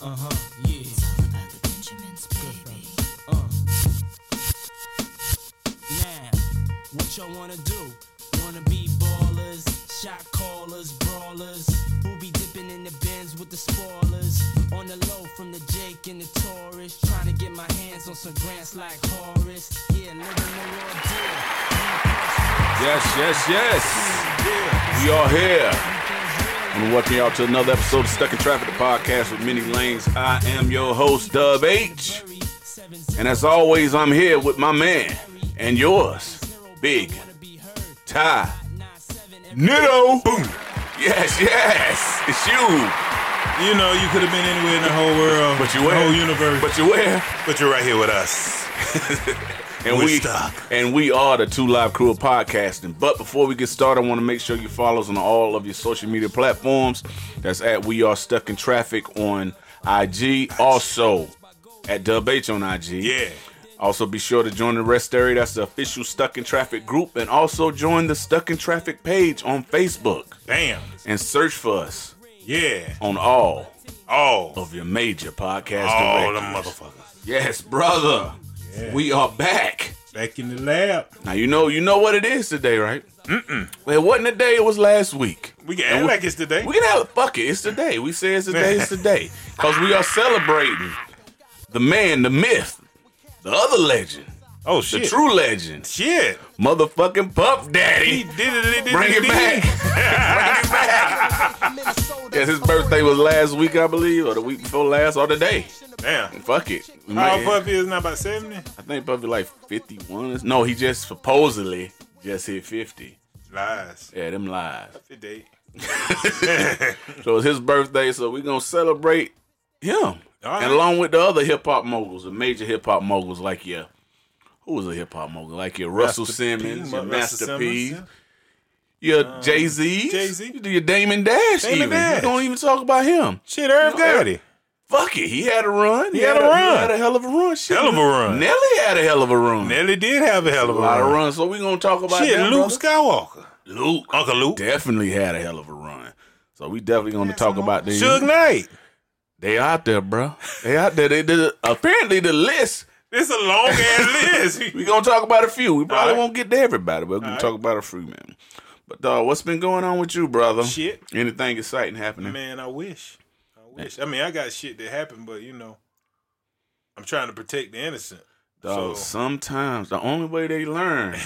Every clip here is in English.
Uh. y'all wanna do? Wanna be ballers, shot callers, brawlers. Who be dipping in the bins with the spoilers? On the low from the Jake and the Taurus. Trying to get my hands on some grants like Horace. Yeah, living the world deal. Yes, yes, yes. We are here. And welcome y'all to another episode of Stuck in Traffic, the podcast with many lanes. I am your host, Dub H. And as always, I'm here with my man and yours, Big Ty Nitto. Boom. Yes, yes. It's you. You know, you could have been anywhere in the whole world, But you the were. whole universe. But you were. But you're right here with us. And We're we stuck. and we are the Two Live Crew of podcasting. But before we get started, I want to make sure you follow us on all of your social media platforms. That's at We Are Stuck in Traffic on IG. Also at Dub H on IG. Yeah. Also, be sure to join the Rest Area. That's the official Stuck in Traffic group, and also join the Stuck in Traffic page on Facebook Damn. and search for us Yeah. on all All. of your major podcast All directories. them motherfuckers. Yes, brother. We are back. Back in the lab. Now you know you know what it is today, right? Mm-mm. Well, it wasn't today. It was last week. We can act we- like it's today. We can have fuck it. It's today. We say it's today. It's today because we are celebrating the man, the myth, the other legend, oh, the shit. true legend, Shit. motherfucking Puff He Daddy. did it. it, Bring it back. Bring it back. Yes, his birthday was last week, I believe, or the week before last, or today. Damn. Fuck it. We How might- old Puffy is now? About 70? I think probably like 51. No, he just supposedly just hit 50. Lies. Yeah, them lies. 58. So it's his birthday, so we're going to celebrate him. right. And along with the other hip hop moguls, the major hip hop moguls like your, who was a hip hop mogul? Like your Russell Simmons, your Master P, your Jay Z, Uh, Jay-Z. your Damon Dash Damon even. Dash. You don't even talk about him. Shit, Irv You know, Gotti. Fuck it. He had a run. He, had a run. He had a hell of a run. Shit. Hell of a run. Nelly had a hell of a run. Nelly did have a hell of a a lot of run. runs. So we're going to talk about Shit, them, Luke brother. Skywalker. Luke uh, Uncle Luke. definitely had a hell of a run. So we definitely going to talk about these. Suge Knight. They out there, bro. They out there. They did. Apparently, the list. This a long ass list. We gonna talk about a few. We probably Alright. won't get to everybody, but we can talk about a few, man. But dog, what's been going on with you, brother? Shit. Anything exciting happening? Man, I wish. I wish. I mean, I got shit that happened, but you know, I'm trying to protect the innocent. Dog, So- sometimes the only way they learn.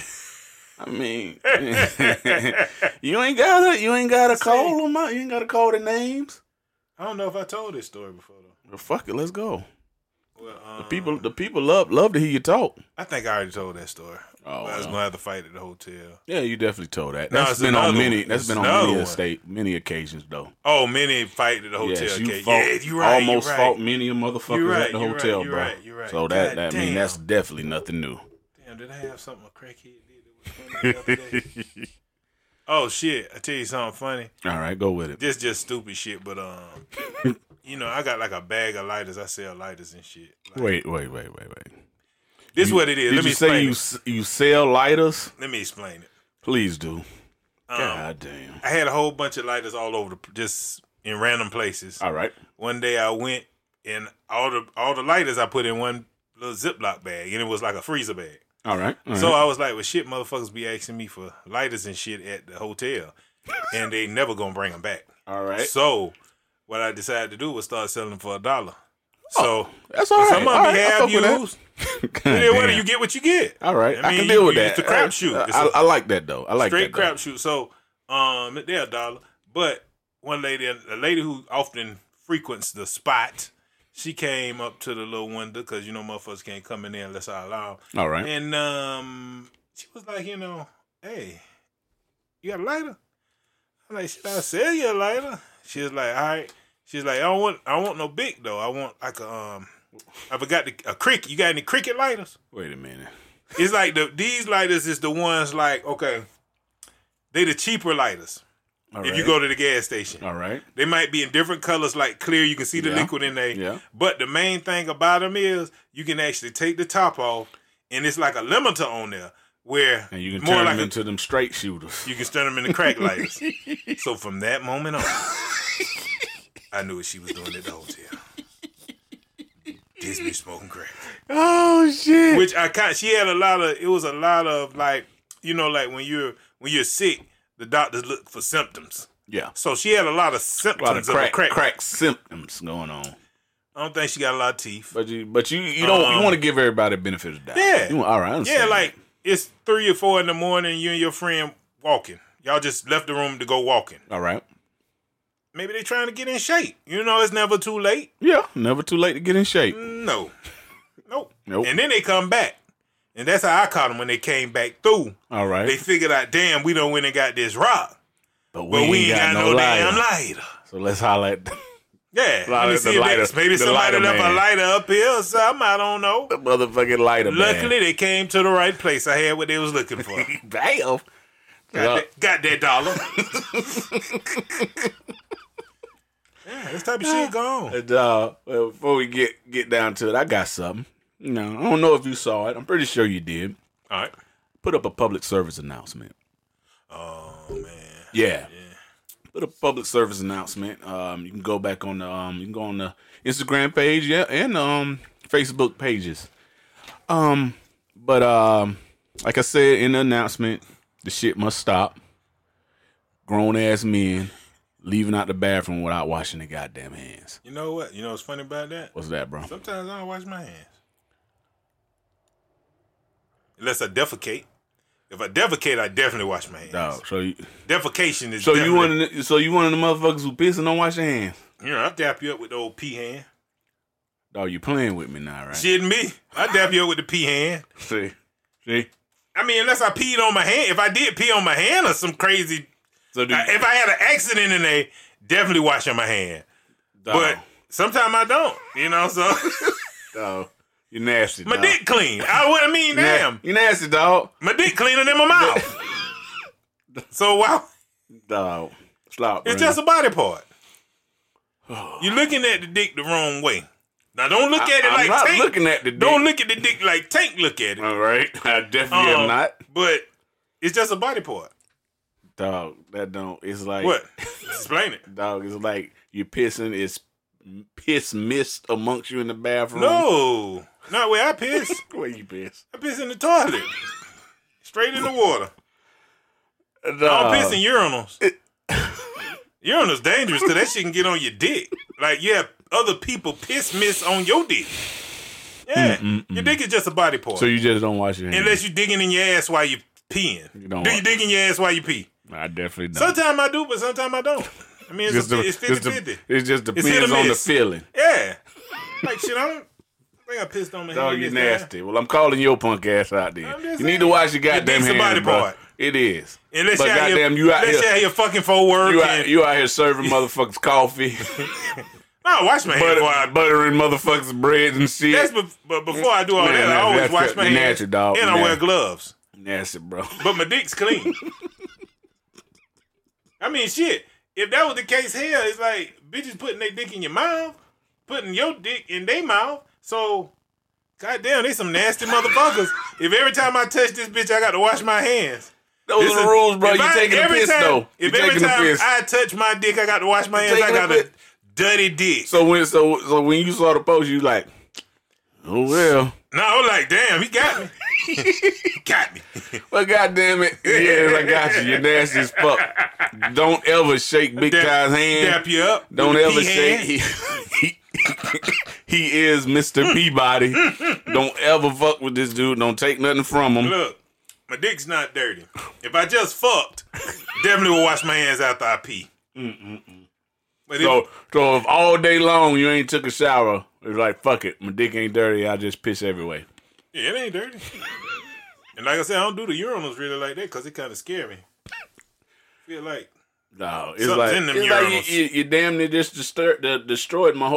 I mean, you ain't gotta, you ain't gotta call them out. You ain't gotta call their names. I don't know if I told this story before though. Well, fuck it, let's go. Well, um, The people, the people love love to hear you talk. I think I already told that story. Oh, But I was well. gonna have to fight at the hotel. Yeah, you definitely told that. No, That's it's been on another many. one. That's been It's on another many one. state, many occasions though. Oh, many fight at the hotel. Yes, you okay. fought. yeah, you right. almost you right. fought many a motherfuckers You right, at the you right, hotel, you bro. right, you right. So that, God that I mean damn. that's definitely nothing new. Damn, did I have something a crackhead did that was funny the other day? oh shit! I tell you something funny. All right, go with it. This just stupid shit, but um, you know, I got like a bag of lighters. I sell lighters and shit. Like, Wait, wait, wait, wait, wait. This what it is. Did Let me you say explain. you it. s- you sell lighters? Let me explain it. Please do. Um, God damn. I had a whole bunch of lighters all over the just in random places. All right. One day I went and all the all the lighters I put in one little Ziploc bag and it was like a freezer bag. All right. All So right. I was like, well, shit, motherfuckers be asking me for lighters and shit at the hotel, and they never gonna bring them back. all right. uh, So what I decided to do was start selling them for a dollar. so That's all right. some of all them right. be I have fuck with that. used. God Yeah, what damn. you get what you get. All right. I, mean, can you- deal with you- that. Uh, It's a crapshoot. I, It's a I, I like that though. I like straight that. though. crapshoot. So um, they're a dollar. But one lady, a lady who often frequents the spot, she came up to the little window because you know motherfuckers can't come in there unless I allow. 'em. All right. And um, she was like, you know, hey, you got a lighter? I'm like, should I sell you a lighter? She was like, all right. She's like, I don't want, I don't want no big though. I want like a um, I forgot the, a cricket. You got any cricket lighters? Wait a minute. It's like the these lighters is the ones like okay, they the cheaper lighters. All If right. you go to the gas station, All right. they might be in different colors, like clear. You can see the Yeah. liquid in there. Yeah. But the main thing about them is you can actually take the top off, and it's like a limiter on there where And you can turn them a- into them straight shooters. you can turn them into crack lighters. so from that moment on, I knew what she was doing at the hotel. This bitch smoking crack Oh shit. which I kind she had a lot of it was a lot of like you know like when you're when you're sick the doctors look for symptoms Yeah. so she had a A lot lot of of symptoms of, crack, a crack. crack symptoms going on. I don't think she got a lot of teeth But you but you you don't you Um, want to give everybody the benefit of the doubt. yeah. You want- all right. I yeah understand. like it's three or four in the morning you and your friend walking y'all just left the room to go walking All right. maybe they trying to get in shape you know it's never too late Yeah. Never too late to get in shape. no nope Nope. and then they come back and that's how I caught them when they came back through All they right. figured out damn we don't went and got this rock but we ain't got, no, damn lighter. So let's holler at the Yeah, let Lighter- me the see if lighter- they- maybe the somebody lighter left man. a lighter up here or something. I don't know. motherfucking lighter. Luckily, they came to the right place. I had what they was looking for. got, man. Damn. that, got that dollar. yeah, this type of shit gone. And, uh, well, before we get get down to it, I got something. You know, I don't know if you saw it. I'm pretty sure you did. All right. Put up a public service announcement. Oh man. Yeah. Put up a public service announcement. Um, you can go back on the um, you can go on the Instagram page, yeah, and um, Facebook pages. Um, but um, like I said in the announcement, the shit must stop. Grown ass men leaving out the bathroom without washing their goddamn hands. You know what? You know what's funny about that? What's that, bro? Sometimes I don't wash my hands. Unless I defecate. If I defecate, I definitely wash my hands. Dog, so you, Defecation is So you definitely- one of the, so you one of the motherfuckers who piss and don't wash your hands? You know, I dap you up with the old P hand. Dog, you playing with me now, right? Shit me. I dap you up with the P hand. See, see. I mean, unless I peed on my hand. If I did pee on my hand or some crazy. So do you, If I had an accident in there, definitely washing my hand. dog, But sometimes I don't. You know, so dog, you nasty. my dog. dick clean. I what I mean, You na- damn, you nasty dog. my dick cleaner than my mouth. so wow, Dog, slop. it's just a body part. You're looking at the dick the wrong way. Now don't look at it I'm like not Tank. looking at the dick. Don't look at the dick like Tank. Look at it. All right, I definitely Um, am not. But it's just a body part. Dog, that don't. It's like What? Explain it. Dog, it's like you pissing. It's piss mist amongst you in the bathroom. No, not where I piss. where you piss? I piss in the toilet, straight in the water. Dog, I don't piss in urinals. Urinals dangerous because that shit can get on your dick. Like you have other people piss miss on your dick. Yeah, your dick is just a body part. Mm, So you just don't wash your hands. Unless you digging in your ass while you peeing. You don't do you want- dig in your ass while you pee? I definitely don't. Sometimes I do, but sometimes I don't. I mean, it's, just a, the, it's it's 50 just the, 50. it just hit or depends on the miss. feeling. Yeah. Like shit, I don't I think I pissed on my hand. Dog, you this time. nasty. Well, I'm calling your punk ass out there. I'm You just need to saying. wash your Your goddamn dick's a body hands, bro. part. It is. Unless but you out goddamn, here, you out unless you here, out here fucking for work. you and- out, you out here serving motherfuckers coffee, no, I wash my hands butter, before I. buttering motherfuckers bread and shit. That's be, but before I do all Man, that, I that's- always that's wash good. my You hands nasty, dog. and You I wear nasty. gloves. nasty, bro. But my dick's clean. I mean, shit. If that was the case, hell, it's like bitches putting their dick in your mouth, putting your dick in their mouth. So God damn, they some nasty motherfuckers. if every time I touch this bitch, I got to wash my hands. Those This are is- the rules, bro. if You I- taking a every piss time- though. You If every taking a time piss. I touch my dick, I got to wash my hands. I taking a got a piss. dirty dick. So when so so when you saw the post, you like, oh well. No, I was like, damn, he got me. he got me. Well, goddamn it. Yes, I got you. You're nasty as fuck. Don't ever shake Big Ty's hand. Dap you up. Don't with the ever pee shake. hand. He, he, he is Mr. Peabody. Don't ever fuck with this dude. Don't take nothing from him. Look, my dick's not dirty. If I just fucked, definitely will wash my hands after I pee. But if, So, so if all day long you ain't took a shower, it's like, fuck it. My dick ain't dirty. I just piss everywhere. yeah, it ain't dirty. and like I said, I don't do the urinals really like that because it kind of scare me. feel like No, it's Something's like, in them it's like urinals. you, you, you damn near just disturbed, uh, destroyed my whole.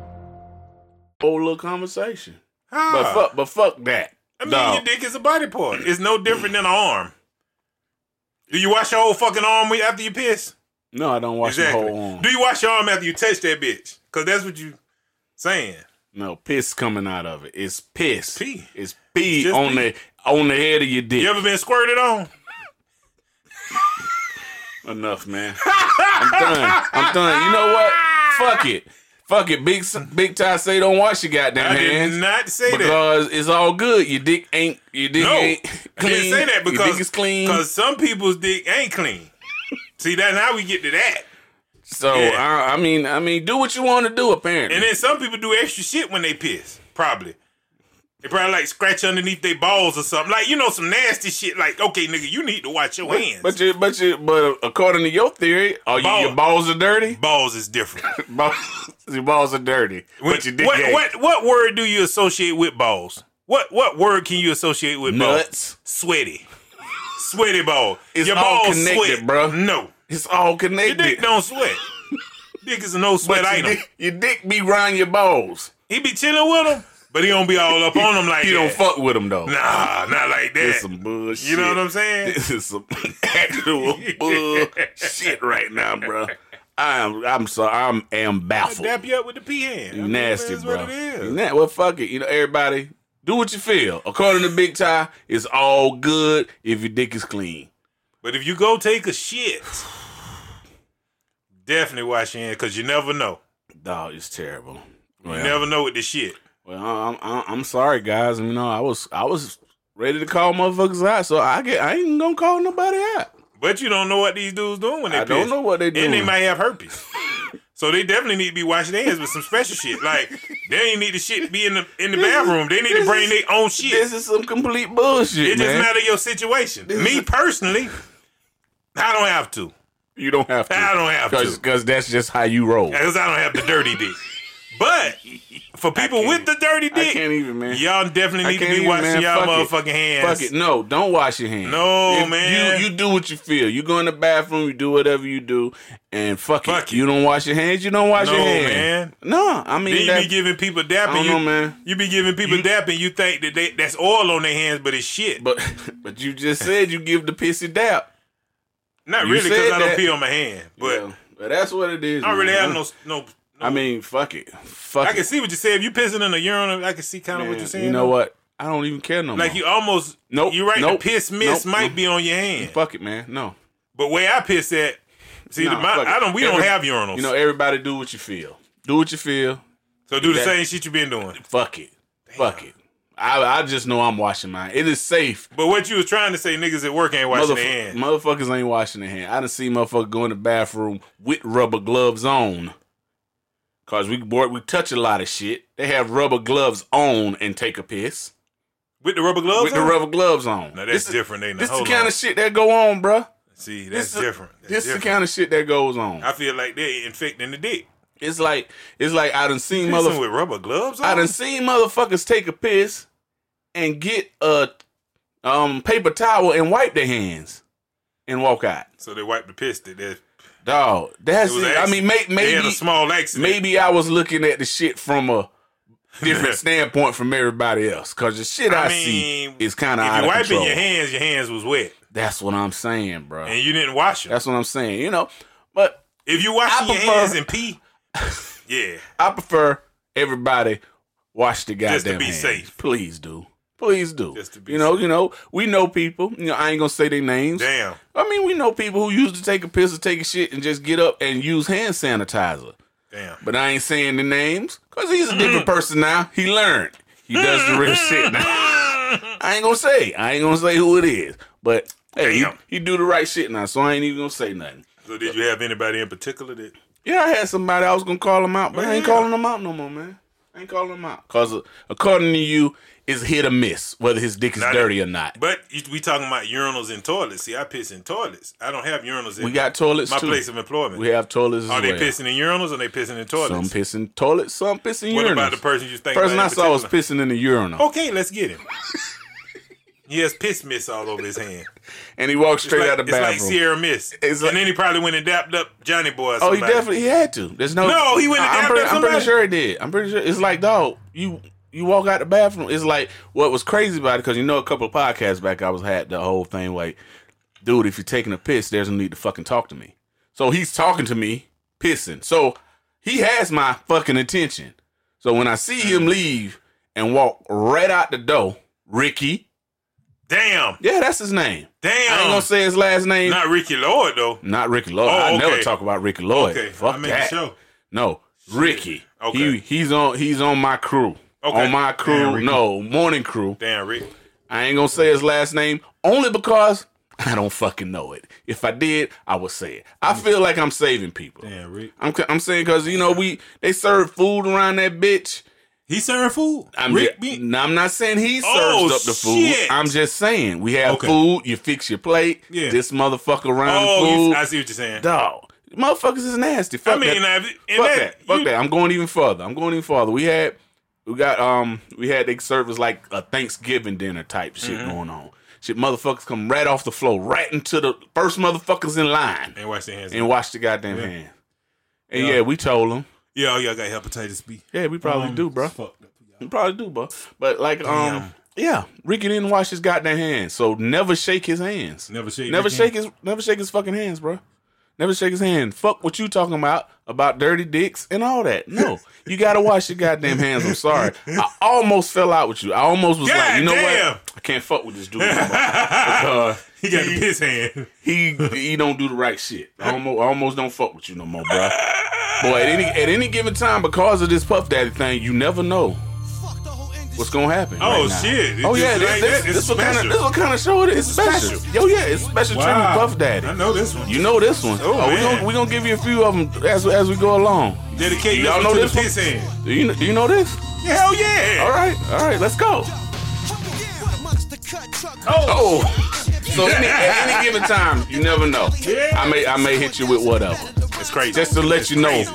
whole little conversation. ah, But fuck, but fuck that. I mean, Dog. your dick is a body part. It's no different than an arm. Do you wash your whole fucking arm when- after you piss? no, I don't wash exactly. the whole um, arm. Do you wash your arm after you touch that bitch? Because that's what you saying. no, piss coming out of it. It's piss. Pee. It's pee Just on pee. the on the head of your dick. You ever been squirted on? Enough, man. I'm done. I'm done. You know what? Fuck it. Fuck it. Big S- Big Ty say don't wash your goddamn I hands. did not say that. because it's all good. Your dick ain't your dick No, ain't I clean. didn't say that because your dick is clean. Because some people's dick ain't clean. See, that's how we get to that. So yeah. I, I mean, I mean, do what you want to do. Apparently, And then some people do extra shit when they piss. Probably. They probably like scratch underneath their balls or something. Like you know some nasty shit. Like okay, nigga, you need to watch your hands. but you, but you, but according to your theory, are you, Balls. your balls are dirty? balls is different. Balls, your balls are dirty, but your dick what, ain't. what what word do you associate with balls? What what word can you associate with balls? Nuts. Sweaty, sweaty ball. It's all connected, sweat, bruh. No, It's all your dick connected. don't sweat. dick is no But sweat your, item. dick, your dick be round your balls. He be chilling with him, but he don't be all up on him like You that. don't fuck with them though. Nah, not like that. This some bullshit. you know what I'm saying? This is some actual bullshit right now, bro. I'm I'm sorry. I'm am I baffled. dap you up with the pee hand. You I mean, nasty, that's bro. What it You is. na- well, fuck it. You know, everybody, do what you feel. According to Big Ty, it's all good if your dick is clean. But if you go take a shit, definitely wash your hands because you never know. Dog, it's terrible. You Well, never know with this shit. Well, I'm, I'm I'm sorry, guys. You know, I was I was ready to call motherfuckers out, so I get I ain't gonna call nobody out. But you don't know what these dudes doing when they I don't piss. know what they And they doing. might have herpes. So they definitely need to be washing their hands with some special shit. Like they ain't need the shit to be in the in the This is- bathroom. They need this to bring is- their own shit. This is some complete bullshit, man. It just matter your situation. Me personally, I don't have to. You don't have to. I don't have to. because that's just how you roll. Because I don't have the dirty dick. But for people with the dirty dick, I can't even, man. y'all definitely I need to can't be even, washing man. y'all Fuck motherfucking it. hands. Fuck it. No, don't wash your hands. No, If man. You you do what you feel. You go in the bathroom, you do whatever you do, and fuck, Fuck it. it. You don't wash your hands, you don't wash No, your hands. man. No, I mean Then you that, be giving people dap I don't and you, know, man. you be giving people You- dap and you think that they, that's oil on their hands, but it's shit. but but you just said you give the pissy dap. Not you really because said I don't that. pee on my hand. But Yeah. but that's what it is. I don't really man. have no no. no- I mean, fuck it. Fuck I can it. see what you said. If you pissing in a urinal, I can see kind of what Man, you're saying. You know what? I don't even care no more. Like you almost. Nope, You're right. nope, the piss miss nope, might nope. be on your hand. fuck it, man. No. But where I piss at, see, Nah, the, my, fuck it. I don't. We don't Every- have urinals. You know, everybody do what you feel. Do what you feel. so do the that- same shit you been doing. Fuck it. Fuck it. I, I just know I'm washing mine. It is safe. But what you was trying to say, niggas at work ain't washing Motherf- their hands. Motherfuckers ain't washing their hand. I done seen motherfucker go in the bathroom with rubber gloves on. Cause we boy, we touch a lot of shit. They have rubber gloves on and take a piss with the rubber gloves. with the on? rubber gloves on. Now that's This is- different. Ain't it? This the Hold kind on. of shit that go on, bruh. see, that's this is- different. That's this is the different. kind of shit that goes on. I feel like they infecting the dick. it's like it's like I done seen Mother- motherfuckers. with rubber gloves on. I done seen motherfuckers take a piss and get a um paper towel and wipe their hands and walk out. So they wiped the piss. That that- Dog, that's It was it. I mean, may, accident. they had maybe a small accident. maybe I was looking at the shit from a different standpoint from everybody else because the shit I, I see mean, is kind of if out you're of wiping control. your hands, your hands was wet, That's what I'm saying, bro. and you didn't wash them. That's what I'm saying. You know, but If you washing I your prefer- hands and pee, yeah, I prefer everybody wash the goddamn Just to be hands. safe. Please do. Please do. Just to be you know, safe. you know, we know people. You know, I ain't gonna say their names. damn. I mean, we know people who used to take a piss or take a shit and just get up and use hand sanitizer. Damn. But I ain't saying the names because he's a different Mm. person now. He learned. He does the real shit now. I ain't gonna say. I ain't gonna say who it is. But hey, he, Damn. he do the right shit now, so I ain't even gonna say nothing. So did you have anybody in particular that? Yeah, I had somebody I was gonna call him out, but I ain't Yeah. calling him out no more, man. I ain't calling him out because according to you, it's hit or miss whether his dick is Not dirty it. or not. But you- we talking about urinals and toilets. See, I piss in toilets. I don't have urinals. In We got toilets my too. place of employment. we have toilets. Are as they well. pissing in urinals or they pissing in Some toilets? pissing toilets, some pissing what urinals. about the person you think? Person I about in saw was particular? pissing in the urinal, Okay, let's get him. he has piss mist all over his hand. and he walked straight Oh. it's like, out of the it's bathroom. like Sierra Mist. It's like- and then he probably went and dapped up Johnny Boy. Or Oh, he somebody. definitely he had to. There's no. No, he went and I- I'm dabbed pretty, up I'm pretty somebody. sure he did. I'm pretty sure it's like dog. You you walk out the bathroom. It's like what was crazy about it because you know a couple of podcasts back I was had the whole thing like, dude, if you're taking a piss, there's no need to fucking talk to me. So he's talking to me, pissing. So he has my fucking attention. So when I see Mm. him leave and walk right out the door, Ricky, Damn, yeah, that's his name. damn. I ain't gonna say his last name. Not, Not Ricky Lord though. Ricky Lloyd. Oh, I never okay. talk about Ricky Lloyd. Okay, Fuck I made that. the show. No, Ricky. Okay. He he's on he's on my crew. Okay. On my crew. Damn, Ricky. no, morning crew. Damn, Rick. I ain't gonna say his last name only because I don't fucking know it. If I did, I would say it. I feel like I'm saving people. Damn, Rick. I'm c- I'm saying because you know we they serve food around that bitch. He serving food. I'm Rick ju- be- no, I'm not saying he serves Oh, up the food. shit. I'm just saying we have Okay. food. You fix your plate. Yeah. This motherfucker around Oh, food. you, I see what you're saying. dog. Motherfuckers is nasty. Fuck I mean, that. I, and Fuck that, that. Fuck you- that. I'm going even further. I'm going even further. We had we got um we had they serve us like a Thanksgiving dinner type shit Mm-hmm. going on. Shit, motherfuckers come right off the floor, right into the first motherfuckers in line And wash your hands. and wash the goddamn Yeah. hand. And yeah. we told them. yeah, oh, y'all got hepatitis B. Yeah, we probably Um, do, bro. Fuck. We probably do, bro. But like um Damn. yeah, Ricky didn't wash his goddamn hands, so never shake his hands. Never shake. Never Ricky. shake his never shake his fucking hands, bro. Never shake his hand. Fuck what you talking about about dirty dicks and all that. No, you gotta wash your goddamn hands. I'm sorry. I almost fell out with you. I almost was like, you know Goddamn. what? I can't fuck with this dude. no more. Because He got the piss hand. he he don't do the right shit. I almost, I almost don't fuck with you no more, bro. Boy, at any at any given time, because of this puff daddy thing, you never know Fuck the whole industry. what's gonna happen. Oh, right now. shit. It's oh yeah, just this, like this, that. It's this what kind of special. this what kind of show it is. It's special. Yo, yeah, it's special treatment, puff daddy. I know this one. You know this one. Oh, Oh, we're man. gonna we gonna give you a few of them as as we go along. dedicate Y'all y'all know know this to the one? piss hand. Do you kn- do you know this? Yeah, hell yeah. All right, all right, let's go. Oh, so any, at any given time, you never know. Yeah. I may I may hit you with whatever, It's crazy. just to let It's you know, crazy.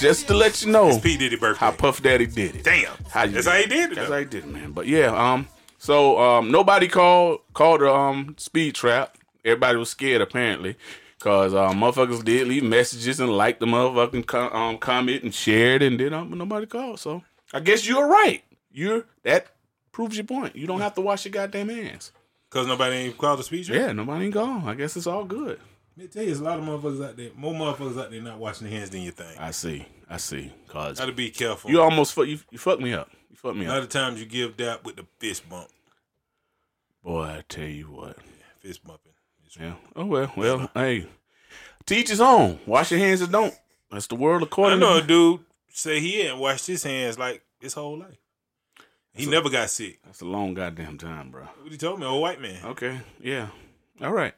just to let you know P Diddy birthday. how Puff Daddy did it. Damn. How you That's did how it. he did it. That's though. how he did it, man. But yeah, um, so um, nobody called called the um speed trap. Everybody was scared apparently, cause uh, motherfuckers did leave messages and liked the motherfucking co- um comment and shared, and then um, nobody called. So I guess you're right. You're that proves your point. You don't have to wash your goddamn hands. Cause nobody ain't called the speech. Yeah, nobody ain't gone. I guess it's all good. Let me tell you, there's a lot of motherfuckers out there. More motherfuckers out there not washing their hands than you think. I see. I see. Cause Gotta be careful. you almost fu- you you fucked me up. You fucked me a lot up. of times you give that with the fist bump. Boy, I tell you what. Fist bumping. It's- Yeah. Oh well. Well, hey. Teach his own. Wash your hands and don't. That's the world I according know a to dude say he ain't washed his hands like his whole life. He never got sick. That's a long goddamn time, bro. What he told me, old white man. Okay. Yeah. All right.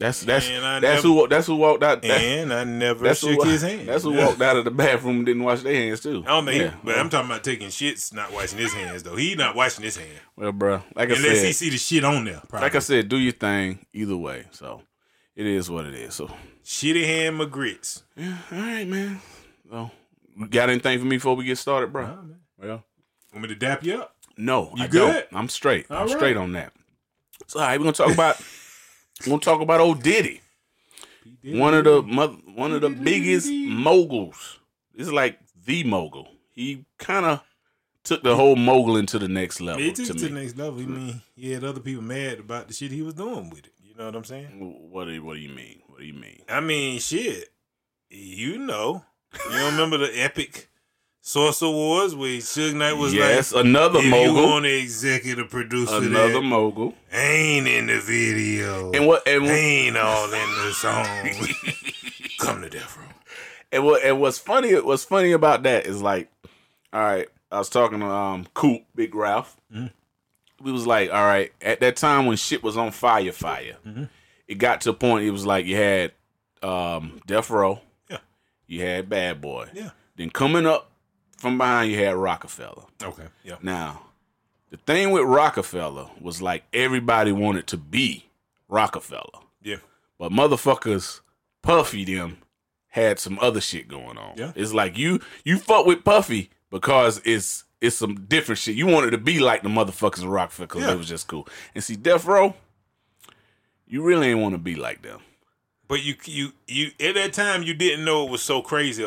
That's that's And I that's never- who wa- that's who walked out. That, And I never that's who shook wa- his hand. that's who walked out of the bathroom and didn't wash their hands too. I don't think, Yeah. he, but I'm talking about taking shits, not washing his hands though. He not washing his hand Well, bro. Like I unless he said, see the shit on there. Probably. like I said, do your thing either way. So it is what it is. So shitty hand McGrits. yeah. All right, man. So got anything for me before we get started, bro? Well, Want me to dap you up? No, You I good? don't. I'm straight. All I'm right. straight on that. So all right, we're gonna talk about we're gonna talk about old Diddy, one of the mother, one of the biggest moguls. This is like the mogul. He kind of took the whole mogul into the next level It took to it to the me. next level. You mean he had other people mad about the shit he was doing with it. You know what I'm saying? What do you, what do you mean? What do you mean? I mean, shit. You know, you don't remember the epic Source Awards where Suge Knight was yes, like, another if you mogul, want to executive producer, another that mogul, ain't in the video, and what and what, ain't all in the song. Come to death row. and what and what's funny what's funny about that is like all right i was talking to um coop big ralph we was like all right at that time when shit was on fire fire it got to a point it was like you had um death row Yeah. you had bad boy Yeah. then coming up from behind you had rockefeller Okay. Yeah. now the thing with rockefeller was like everybody wanted to be rockefeller Yeah. but motherfuckers, Puffy them had some other shit going on. Yeah. It's like you you fuck with Puffy because it's it's some different shit. You wanted to be like the motherfuckers in Rockford because Yeah. it was just cool. And see, Death Row, you really ain't want to be like them. But you, you, you. At that time, you didn't know it was so crazy.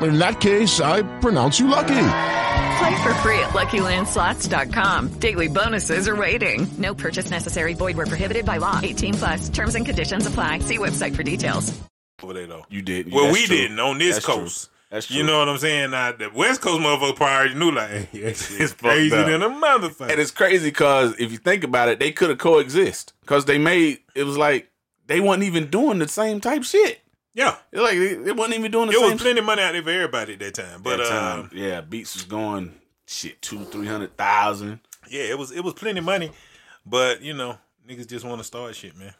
In that case, I pronounce you lucky. Play for free at LuckyLandSlots.com. Daily bonuses are waiting. No purchase necessary. Void where prohibited by law. 18 plus terms and conditions apply. See website for details. Over there though. You did. Well, that's we true. didn't on this That's true. coast. That's true. You know what I'm saying? Now, the West Coast motherfucker probably already knew like hey, that It's shit's fucked crazy up. than a motherfucker. And it's crazy because if you think about it, they could have coexist because they made it was like they wasn't even doing the same type shit. yeah, It's like they, they wasn't even doing the it same. was plenty of money out there for everybody at that time. But that time, um, yeah, Beats was going shit two, three hundred thousand. yeah, it was it was plenty of money. But you know, niggas just want to start shit, man.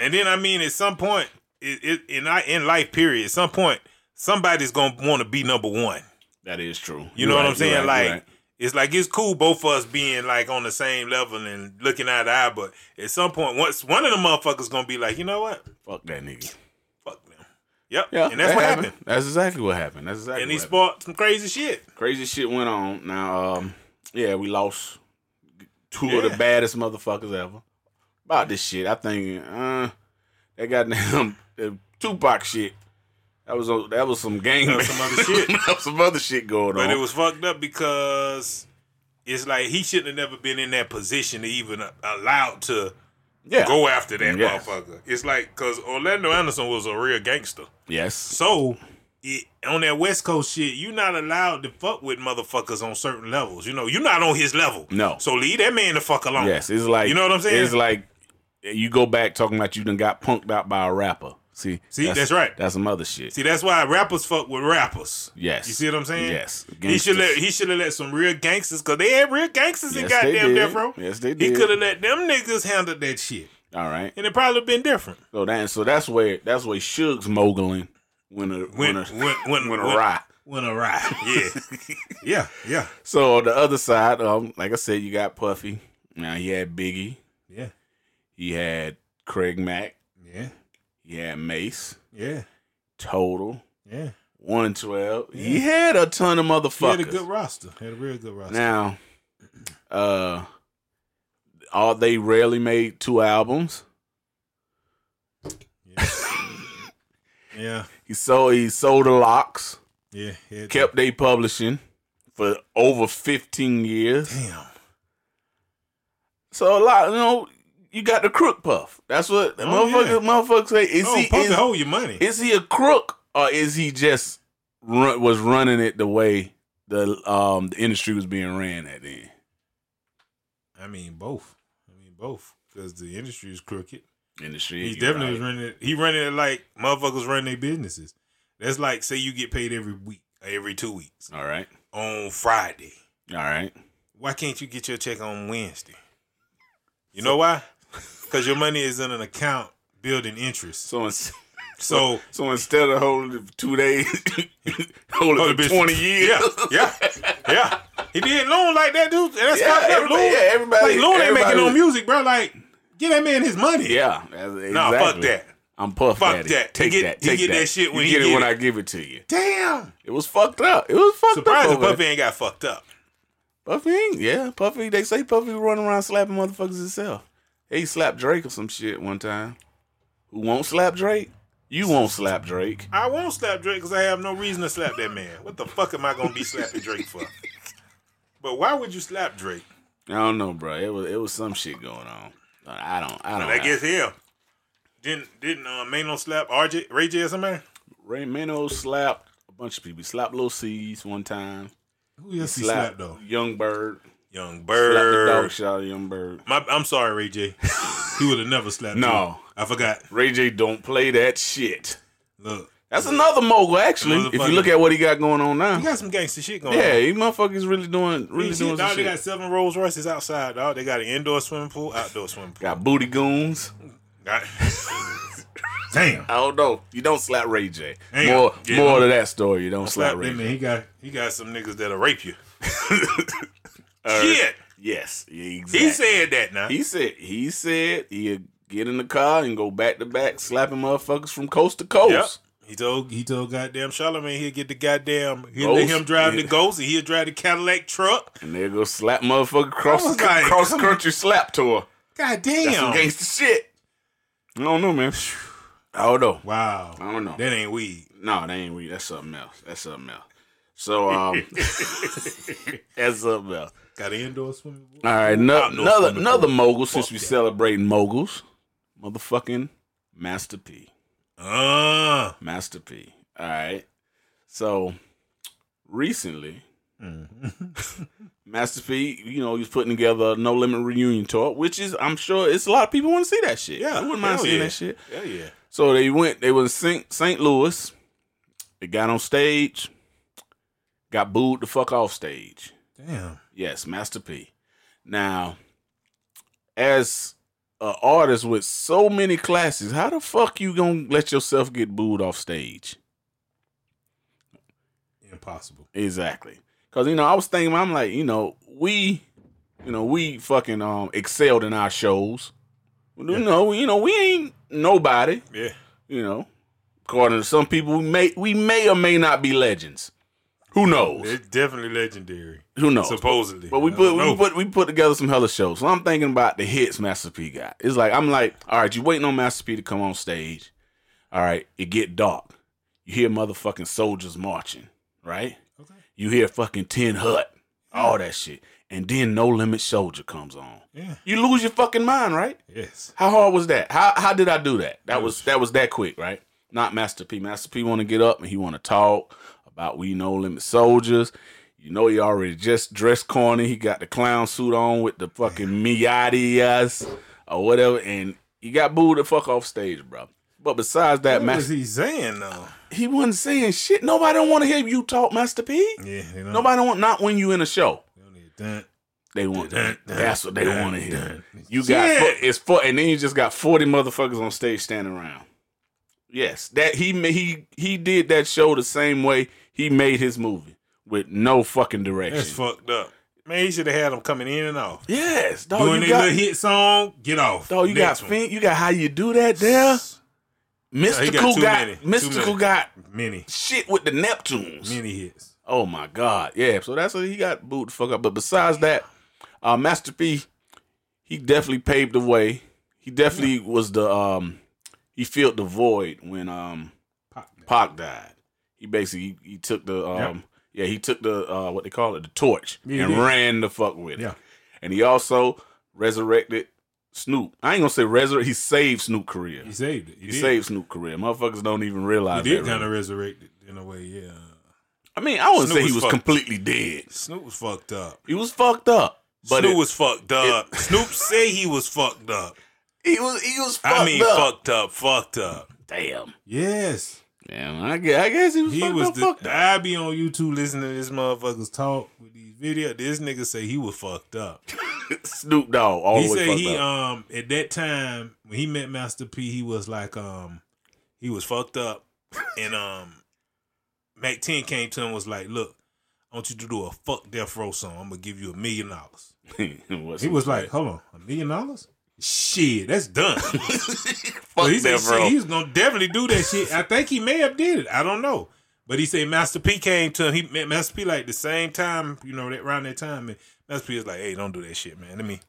and then I mean, at some point, it, it in I in life period, at some point, somebody's gonna want to be number one. That is true. You know what I'm saying? like it's like it's cool both of us being like on the same level and looking eye to eye, but at some point once one of the motherfuckers gonna be like, you know what? fuck that nigga. Fuck them. Yep. Yeah, and that's that what happened. That's exactly what happened. That's exactly. And what he happened. sparked some crazy shit. crazy shit went on. Now, um, yeah, we lost two of Yeah. the baddest motherfuckers ever. About this shit, I think uh, that goddamn that Tupac shit. That was a, that was some gang. That was some other shit. that was some other shit going on. But it was fucked up because it's like he shouldn't have never been in that position to even uh, allowed to yeah. go after that Yes. motherfucker. It's like because Orlando Anderson was a real gangster. yes. So it, on that West Coast shit, you're not allowed to fuck with motherfuckers on certain levels. You know, you're not on his level. No. So leave that man the fuck alone. Yes, it's like Oh, you know what I'm saying. It's like you go back talking about you done got punked out by a rapper. See, See, that's right. That's some other shit. see that's why rappers fuck with rappers. Yes. You see what I'm saying? Yes. He should let Gangsters. he should have let some real gangsters because they had real gangsters in Yes, they goddamn did. Death Row. Yes, they He did. could have let them niggas handle that shit, All right. and it probably been different. So that so that's where that's where Suge's moguling when a When when a when when when a rye. When a ride. Yeah. yeah. Yeah. So on the other side, um, like I said, you got Puffy. Now he had Biggie. Yeah. He had Craig Mack. Yeah. He had Mace. Yeah. Total. Yeah. One twelve. He had a ton of He motherfuckers. had a good roster. Had a real good roster. Now, uh, all they rarely made two albums. yeah. He sold he sold the locks, Yeah. he had- kept they publishing for over fifteen years. Damn. So a lot, you know, you got the crook puff. That's what Oh, motherfuckers, motherfuckers say. Is oh, he Puffy is, hold your money. is he a crook or is he just run, was running it the way the um the industry was being ran at then. I mean both. I mean both because the industry is crooked. Industry, He you're definitely right. was running. It, he running it like motherfuckers run their businesses. That's like say you get paid every week, or every two weeks All right, on Friday. all right. Why can't you get your check on Wednesday? You know why? Because your money is in an account building interest. So ins- So so instead of holding it for two days, hold Oh, it the for bitch- twenty years. Yeah, yeah, yeah. He did loan like that, dude. And that's Yeah, fucked up. everybody- Loon, yeah, everybody- like, Loon ain't making everybody- no music, bro. Like, get that man his money. Yeah, that's exactly. Nah, fuck that. I'm puff Fuck daddy. that. He Take get- that. he Take get that shit when you he get it get when it. I give it to you. Damn. It was fucked up. It was fucked Surprised up. the over puppy there. ain't got fucked up. Puffy, ain't- yeah, Puffy. They say Puffy run around slapping motherfuckers himself. He slapped Drake or some shit one time. Who won't slap Drake? You won't slap Drake. I won't slap Drake because I have no reason to slap that man. What the fuck am I gonna be slapping Drake for? But why would you slap Drake? I don't know, bro. It was it was some shit going on. I don't. I don't. And I guess him. Didn't didn't uh, Mano slap RJ Ray J or somebody? Ray Mano slapped a bunch of people. He slapped Lil C's one time. Who else Young Bird. Young Slapped the Bird. dog shit out of Young Bird. My, I'm sorry, Ray J. He would have never slapped. No. you. I forgot. Ray J don't play that shit. Look, That's another mogul, actually. If you Motherfucker. look at what he got going on he now. got some gangster shit going. Yeah, on. he motherfucker's really doing really Shit, doing some dog, they got shit. seven Rolls Royces outside. Dog, they got an indoor swimming pool, outdoor swimming pool. Got booty goons. God. Damn, I don't know. You don't slap Ray J. Damn. More Yeah. more to that story. You don't slap, slap Ray that J. man. He got he got some niggas that'll rape you. Shit, Yes, exactly. he said that now. Uh, He said he said he'd get in the car and go back to back slapping motherfuckers from coast to coast. Yep. He told he told goddamn Charlemagne he'll get the goddamn he'll Ghost. let him drive Yeah. the ghost and he'll drive the Cadillac truck. And they go slap motherfucker cross I was like, cross come country slap tour. God That's some damn. gangster shit. I don't know, man. I don't know. Wow. I don't know. That ain't weed. No, Oh, that ain't weed. That's something else. That's something else. So um, that's something else. Got an indoor swimming pool. All right, no, Outdoor another swimming another pool. mogul. Since Fuck we that. celebrating moguls, motherfucking Master P, Uh, Master P. All right. So recently, Mm. Master P, you know, he's putting together a No Limit reunion tour, which is I'm sure it's a lot of people want to see that shit. Yeah, I wouldn't mind hell seeing yeah. that shit. hell yeah. So they went. They was in St. St. Louis. They got on stage. Got booed the fuck off stage. Damn. Yes, Master P. Now, as an artist with so many classics, how the fuck you gonna let yourself get booed off stage? Impossible. Exactly. Cause you know, I was thinking, I'm like, you know, we, you know, we fucking um excelled in our shows. You know, you know, we ain't nobody. Yeah. you know, according to some people, we may we may or may not be legends. Who knows? It's definitely legendary. Who knows? Supposedly. But we I put don't we know. put we put together some hella shows. So I'm thinking about the hits Master P got. It's like I'm like, all right, you waiting on Master P to come on stage. All right, it get dark. You hear motherfucking soldiers marching, right? Okay. You hear fucking Tin Hut, all that shit, and then No Limit Soldier comes on. Yeah. You lose your fucking mind, right? Yes. How hard was that? How how did I do that? Mm. That was that was that quick, right? Not Master P. Master P want to get up and he want to talk about we no limit soldiers. You know he already just dressed corny. He got the clown suit on with the fucking miadias or whatever, and he got booed the fuck off stage, bro. But besides that, What was Master he saying though? he wasn't saying shit. Nobody don't want to hear you talk, Master P. Yeah, you know. Nobody don't want not when you in a show. Dun. They want Dun, dun, that's what they dun, want to hear. dun. You got Yeah. four, it's four, and then you just got forty motherfuckers on stage standing around. Yes, that he ma- he he did that show the same way he made his movie with no fucking direction. That's fucked up. Man, he should have had him coming in and off. yes, dog, Doing you their got little hit song, get off. dog, you Next got one. Fink, you got how you do that there. Mystical too got, many. Too mystical many. got Many, shit with the Neptunes. many hits. Oh my God. Yeah. So that's what he got booed the fuck up. But besides that, uh Master P, he definitely paved the way. He definitely was the um he filled the void when um Pop. Pac died. He basically he, took the um yeah, he took the uh what they call it, the torch Yeah, and he did. ran the fuck with it. Yeah. And he also resurrected Snoop. I ain't gonna say resurrect he saved Snoop career. He saved it. He, He did. saved Snoop career. Motherfuckers don't even realize He did that. kind really. of resurrect it in a way. Yeah. I mean, I wouldn't Snoop say he was was fucked. completely dead. Snoop was fucked up. He was fucked up, but Snoop it- was fucked up. Snoop say he was fucked up. he was he was fucked I mean, up. fucked up, fucked up. Damn. Yes, Damn. I guess, I guess he was he fucked was. up. The, fucked up. I be on YouTube listening to this motherfuckers talk with these video. This nigga say he was fucked up. Snoop Dogg all he the way said fucked he up. um at that time when he met Master P, he was like um he was fucked up, and um Mac Ten came to him and was like, "Look, I want you to do a fuck death row song. I'm gonna give you a million dollars." What's uh, He was like, "Hold on, a million dollars? Shit, that's done." fuck But he said that, bro. shit, he's gonna definitely do that shit. I think he may have did it. I don't know. But he said Master P came to him. He met Master P like the same time, you know, that around that time. And Master P was like, "Hey, don't do that shit, man. Let me,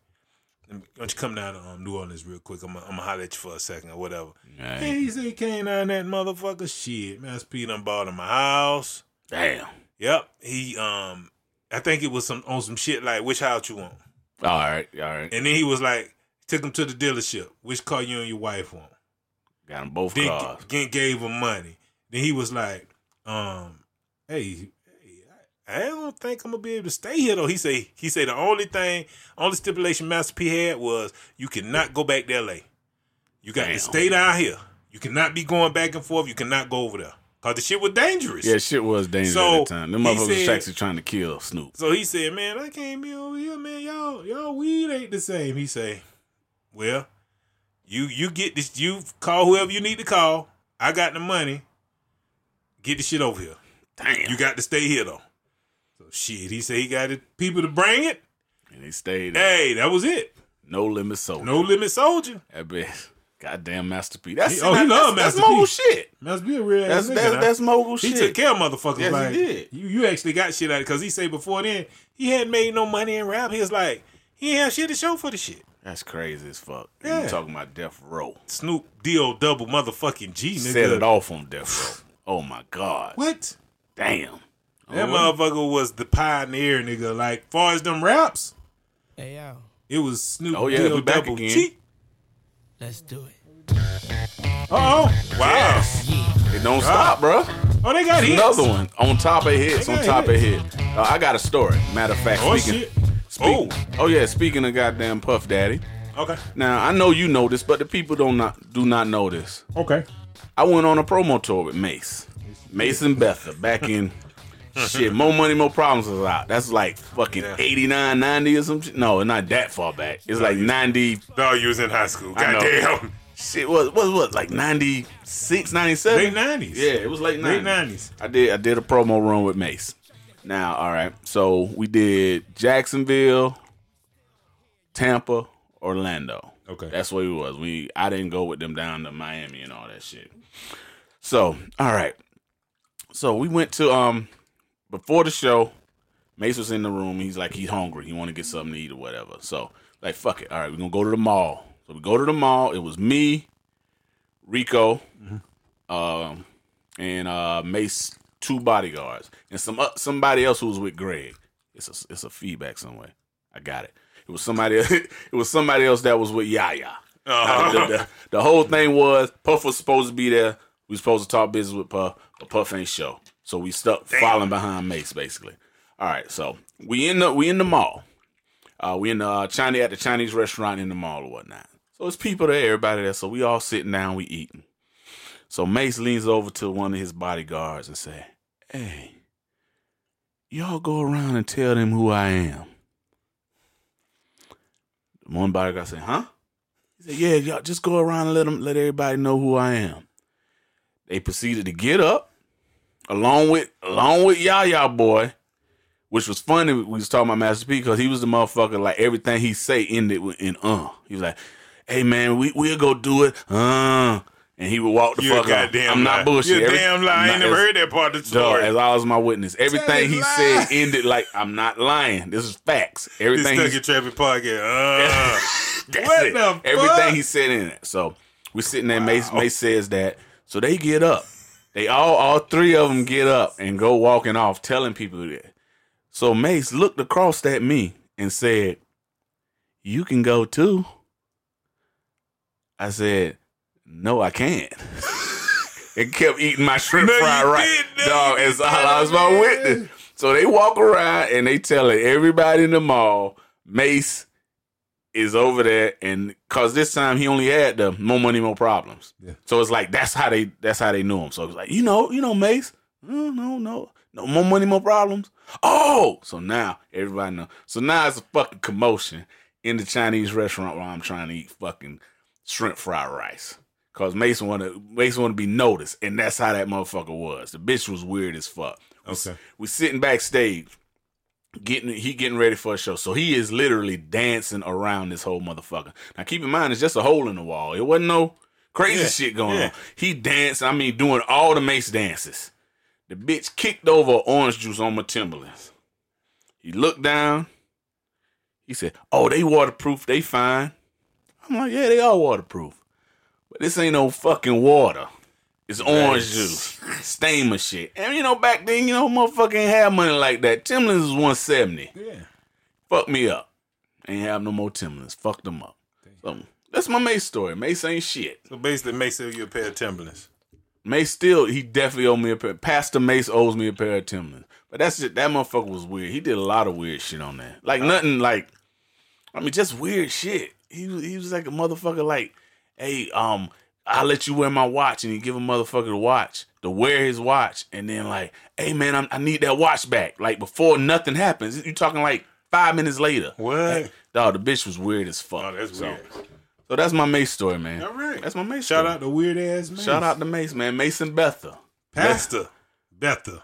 let me why don't you come down to um, New Orleans real quick? I'm gonna I'm holler at you for a second or whatever." Right. Hey, he said he came down that motherfucker. Shit, Master P done bought him a house. Damn. Yep, he um, I think it was some on some shit like which house you want. All right. All right. And then he was like, took him to the dealership. Which car you and your wife want? Got them both Then g- cars. g- gave him money. Then he was like, um, hey, hey, I I don't think I'm gonna be able to stay here though. He say he say the only thing, only stipulation Master P had was you cannot go back to LA. You got Damn. to stay down here. You cannot be going back and forth. You cannot go over there. Cause the shit was dangerous. Yeah, shit was dangerous So, at the time. Them he motherfuckers was said- actually trying to kill Snoop. So he said, "Man, I can't be over here, man. Y'all, y'all weed ain't the same." He say, "Well, you you get this. You call whoever you need to call. I got the money. Get the shit over here. Damn. You got to stay here though." So shit, he said he got the people to bring it. and he stayed at Hey, that was it. No Limit Soul. No limit soldier. That bitch. Goddamn Master P. That's He- oh, he that's, love that's, Master that's mogul P. shit. Must be a real. That's ass nigga, that's, huh? that's mogul He Oh, shit. took care of motherfuckers. Yes, he like, did. You, you actually got shit out of it because he said before then he hadn't made no money in rap. He was like, he ain't have shit to show for the shit. That's crazy as fuck. Yeah. You talking about death row? Snoop D.O. double motherfucking G, nigga. Set it off on death row. Oh my god. What? Damn. That Oh, motherfucker was the pioneer, nigga. Like, far as them raps, Hey, yo, it was Snoop Oh, yeah, D.O. we back double again. G. let's do it. Uh-oh. Wow. it don't stop, bro. Oh, they got hits. Another one on top of hits, They on got top of hits. hits. Uh, I got a story. Matter of fact, Oh, speaking, shit. speaking, oh yeah, speaking of goddamn Puff Daddy. Okay. Now I know you know this, but the people don't not do not know this. Okay. I went on a promo tour with Mace, Mace and Betha back in shit. More money, more problems was out. That's like fucking Yeah. 89, 90 or some shit. No, not that far back. It's like ninety. No, you was in high school. I know. Goddamn. Shit, what what what like 96, 97? Late 90s. Yeah, it was late Late nineties. 90s. I did I did a promo run with Mace. Now, all right. So we did Jacksonville, Tampa, Orlando. Okay. That's what it was. We I didn't go with them down to Miami and all that shit. So, all right. So we went to um before the show, Mace was in the room. He's like, he's hungry. He want to get something to eat or whatever. So, like, fuck it. All right, we're gonna go to the mall. So we go to the mall. It was me, Rico, Mm-hmm. um, and uh, Mace, two bodyguards, and some uh, somebody else who was with Greg. It's a it's a feedback somewhere. I got it. It was somebody. it was somebody else that was with Yaya. Uh-huh. The, the- the whole thing was Puff was supposed to be there. We supposed to talk business with Puff, but Puff ain't show. So we stuck following behind Mace basically. All right, so we in the we in the mall. Uh, we in the uh, Chinese at the Chinese restaurant in the mall or whatnot. So it's people there, everybody there. So we all sitting down, we eating. So Mace leans over to one of his bodyguards and say, "Hey, y'all go around and tell them who I am." The one bodyguard said, "Huh?" He said, "Yeah, y'all just go around and let them let everybody know who I am." They proceeded to get up, along with along with Yaya boy, which was funny. We was talking about Master P because he was the motherfucker. Like everything he say ended with in uh. He was like, "Hey man, we we'll go do it." Uh, and he would walk the You're fuck a out. goddamn I'm lie. not bullshit. You're a Every- damn lie. I I'm ain't not- never heard that part of the Dog, story. as I was my witness, everything he lies. said ended like I'm not lying. This is facts. This Everything Stuck he in Traffic Podcast. Uh, that's What it. the fuck? Everything he said in it. So we're sitting there. Mace, Mace says that. So they get up. They all, all three of them get up and go walking off, telling people that. So Mace looked across at me and said, "You can go too." I said, "No, I can't." and kept eating my shrimp No, you fry right. didn't. Dog, as I was my witness. So they walk around and they telling everybody in the mall, Mace is over there, and cause this time he only had the more money, more problems. So it's like that's how they that's how they knew him. So it was like you know you know Mace, no no no no more money, more problems. Oh, so now everybody know. So now it's a fucking commotion in the Chinese restaurant where I'm trying to eat fucking shrimp fried rice. Cause Mason wanna Mason wanna be noticed, and that's how that motherfucker was. The bitch was weird as fuck. We, Okay. we sitting backstage, getting he getting ready for a show. So he is literally dancing around this whole motherfucker. Now keep in mind it's just a hole in the wall. It wasn't no crazy Yeah, shit going yeah. on. He danced, I mean doing all the Mace dances. The bitch kicked over orange juice on my Timberlands. He looked down. He said, Oh, they waterproof, they fine. I'm like, yeah, they are waterproof. But this ain't no fucking water. It's orange juice. Stain my shit. And you know, back then, you know, motherfucker ain't have money like that. Timlins was 170. Yeah. Fuck me up. Ain't have no more Timlins. Fuck them up. So that's my Mace story. Mace ain't shit. So basically, Mace sell you a pair of Timberlands. Mace still, he definitely owed me a pair. Pastor Mace owes me a pair of Timlins. But that's just, that motherfucker was weird. He did a lot of weird shit on that. Uh, Like nothing like, I mean, just weird shit. He was, he was like a motherfucker like, hey, um, I'll let you wear my watch. And he give a motherfucker the watch to wear his watch. And then like, hey man, I'm, I need that watch back. Like before nothing happens. You talking like five minutes later. What? Dog, the bitch was weird as fuck. Oh, that's so, weird. So that's my Mace story, man. All right. That's my Mace Shout story. out to Weird Ass Mace. Shout out to Mace, man. Mason Betha. Pastor Betha.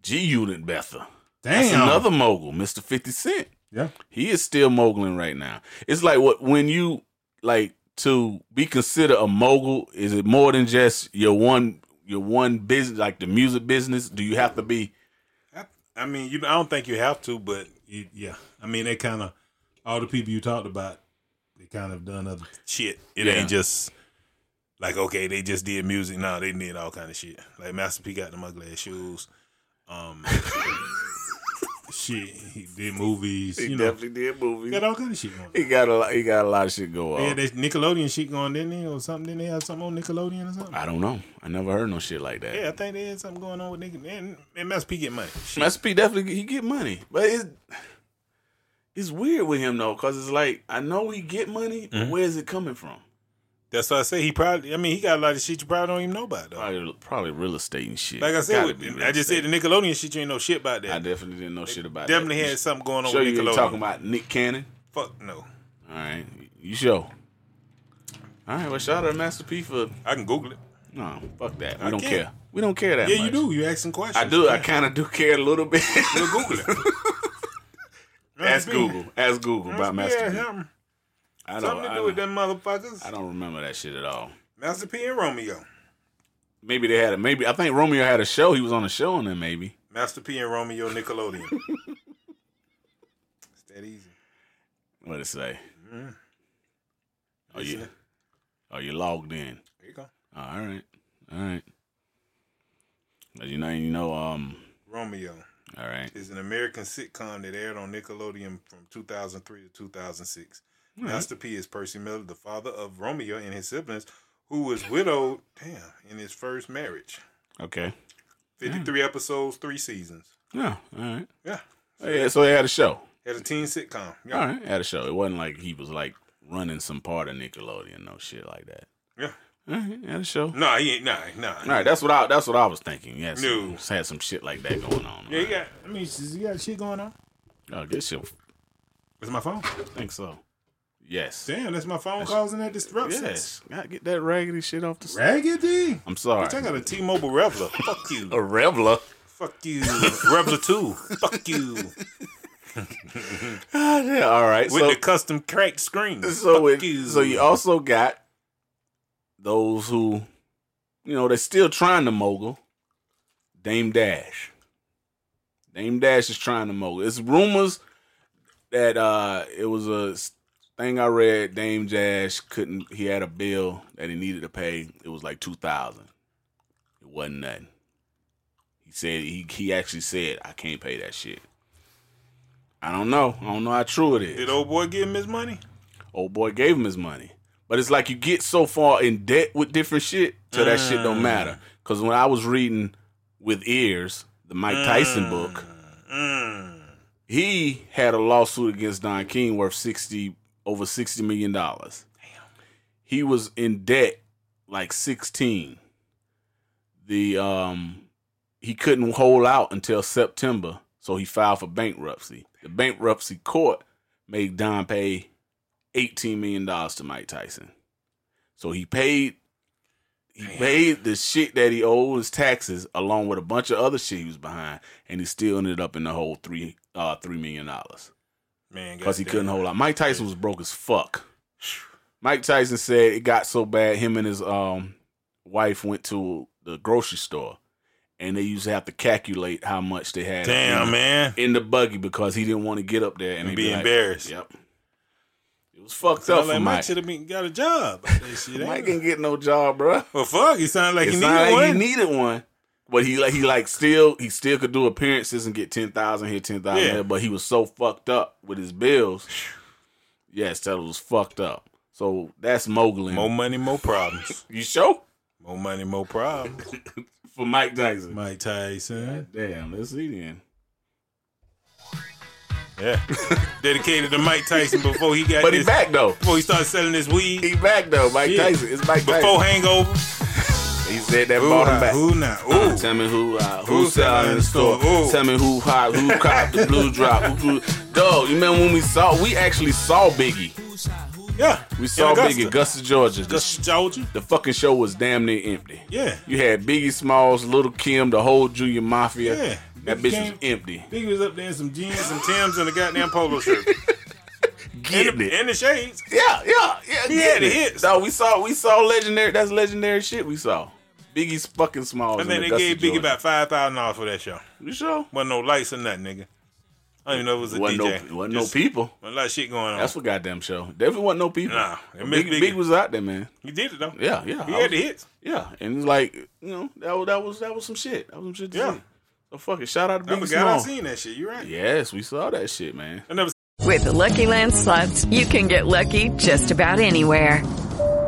G Unit Betha. Damn. That's another mogul, Mr. 50 Cent. Yeah. He is still moguling right now. It's like what when you like to be considered a mogul, is it more than just your one your one business like the music business? Do you have to be I, I mean, you. I don't think you have to, but you, yeah. I mean, they kind of all the people you talked about, they kind of done other shit. It Yeah. ain't just like okay, they just did music. No, they did all kind of shit. Like Master P got them ugly ass shoes. Um, shit, he did movies. you know, did movies. got all kind of shit going. He On. got a lot he got a lot of shit going They on. had that Nickelodeon shit going, didn't they, or something? Didn't they have something on Nickelodeon or something? I don't know. I never heard no shit like that. yeah, I think they had something going on with Nickelodeon. And, and Master P get money. Shit. Master P definitely he get money, but it's it's weird with him though, cause it's like I know he get money, but where is it coming from? That's why I say he probably. I mean, he got a lot of shit you probably don't even know about though. Probably probably real estate and shit. Like I said, Gotta with, be real I just estate. said the Nickelodeon shit. You ain't know shit about that. I definitely didn't know shit about. Definitely that. had something going on Sure, with you ain't Nickelodeon. talking about Nick Cannon. Fuck no. All right, you show. All right, well, shout out to Master P for I can Google it. no. Fuck that. We I don't can't. care. We don't care that. Yeah, you much. do. You asking questions. I do. I kind of do care a little bit. We'll Google it. Ask Google. Ask Google about Master Master P. P. Him. I don't. Something I to do with don't, them motherfuckers. I don't remember that shit at all. Master P and Romeo. Maybe they had a maybe. I think Romeo had a show. He was on a show and then maybe. Master P and Romeo Nickelodeon. it's that easy. What it say? Oh Listen yeah. it. Oh, you logged in. There you go. Oh, all right. All right. But you know, you know. Um. Romeo All right. is an American sitcom that aired on Nickelodeon from 2003 to 2006. Master P is Percy Miller, the father of Romeo and his siblings, who was widowed, damn, in his first marriage. Okay. 53 episodes, three seasons. Yeah. All right. Yeah. Oh, yeah. So they had a show. Had a teen sitcom. Yeah. All right. Had a show. It wasn't like he was like running some part of Nickelodeon, no shit like that. Yeah. All right. Had a show. Nah, he ain't. Nah, nah. All right. That's what I. That's what I was thinking. Yes. No. Had some shit like that going on. Yeah, he got, I mean, he got shit going on. Oh, good shit. That's my phone. I think so. Yes. Damn, that's my phone causing that disruption. Yes. Gotta get that raggedy shit off the. Raggedy. I'm sorry. Bitch, I got a T-Mobile Reveler. Fuck you. a Revler. Fuck you. Reveler 2. Fuck you. With Ah, yeah, all right. so, the custom cracked screen. so, Fuck it, so you also got those who, you know, they're still trying to mogul. Dame Dash. Dame Dash is trying to mogul. It's rumors that uh it was a s- thing I read. Dame Dash couldn't. He had a bill that he needed to pay. It was like two thousand. It wasn't nothing. He said he he actually said I can't pay that shit. I don't know. I don't know how true it is Did old boy give him his money? old boy gave him his money. But it's like you get so far in debt with different shit till that shit don't matter. Because when I was reading with ears the Mike Tyson book, he had a lawsuit against Don King worth sixty over sixty million dollars. He was in debt like sixteen. The um he couldn't hold out until September, so he filed for bankruptcy. The bankruptcy court made Don pay eighteen million dollars to Mike Tyson. So he paid he paid the shit that he owed his taxes along with a bunch of other shit he was behind, and he still ended up in the whole three uh three million dollars. Man, Because he goddamn. couldn't hold out. Mike Tyson was broke as fuck. Mike Tyson said it got so bad him and his um wife went to the grocery store and they used to have to calculate how much they had Damn, in, man. in the buggy because he didn't want to get up there and, And they'd be like- embarrassed. Yep. It was fucked Sound up for like Mike Mike. should have been got a job. That shit, ain't Mike it? didn't get no job, bruh. well, fuck. He sounded like it's he needed not like one. he needed one. But he like he like still he still could do appearances and get ten thousand here, ten thousand Yeah. there. But he was so fucked up with his bills. Yes, that was fucked up. So that's mogling. more money, more problems. you show more money, more problems. for Mike Tyson. Mike Tyson. Damn, let's see then. Yeah. Dedicated to Mike Tyson before he got But he this, back though. before he started selling his weed. He back though. Mike Shit. Tyson. It's Mike Before hangover. Tyson. He said that Who bought him not? back. Who not? Ooh. Uh, tell me who uh, who, Who selling in the store. Ooh. Tell me who hot, who cop the blue drop. Who, who, dog, you remember when we saw? We actually saw Biggie. yeah. We saw In Biggie, Augusta. Augusta, Georgia. The, Augusta, Georgia. the fucking show was damn near empty. Yeah. You had Biggie Smalls, Little Kim, the whole Junior Mafia. Yeah. That Biggie bitch came- was empty. Biggie was up there in some jeans, some Tims, and a goddamn polo shirt. Getting it. And the shades. Yeah, yeah, yeah. He had getting the it. hits. So we saw, we saw legendary. That's legendary shit. We saw Biggie's fucking Smalls. I in think they Augusta, gave Biggie Georgia. about five thousand dollars for that show. You sure? Wasn't no lights or nothing, nigga. I don't even know if it was a Wasn't DJ. no, wasn't Just- no people. wasn't a lot of shit going on. That's what goddamn show. Definitely wasn't no people. Oh. Nah, it Big, missed Big, Biggie. was out there, man. he did it though. Yeah, yeah. He I was- had the hits. Yeah, and it's like you know that was that was that was some shit. That was some shit. To Yeah. see. So fuck it. Shout out to I Biggie forgot I Small. seen that shit. You right? Yes, we saw that shit, man. I never With the Lucky Land slots, you can get lucky just about anywhere.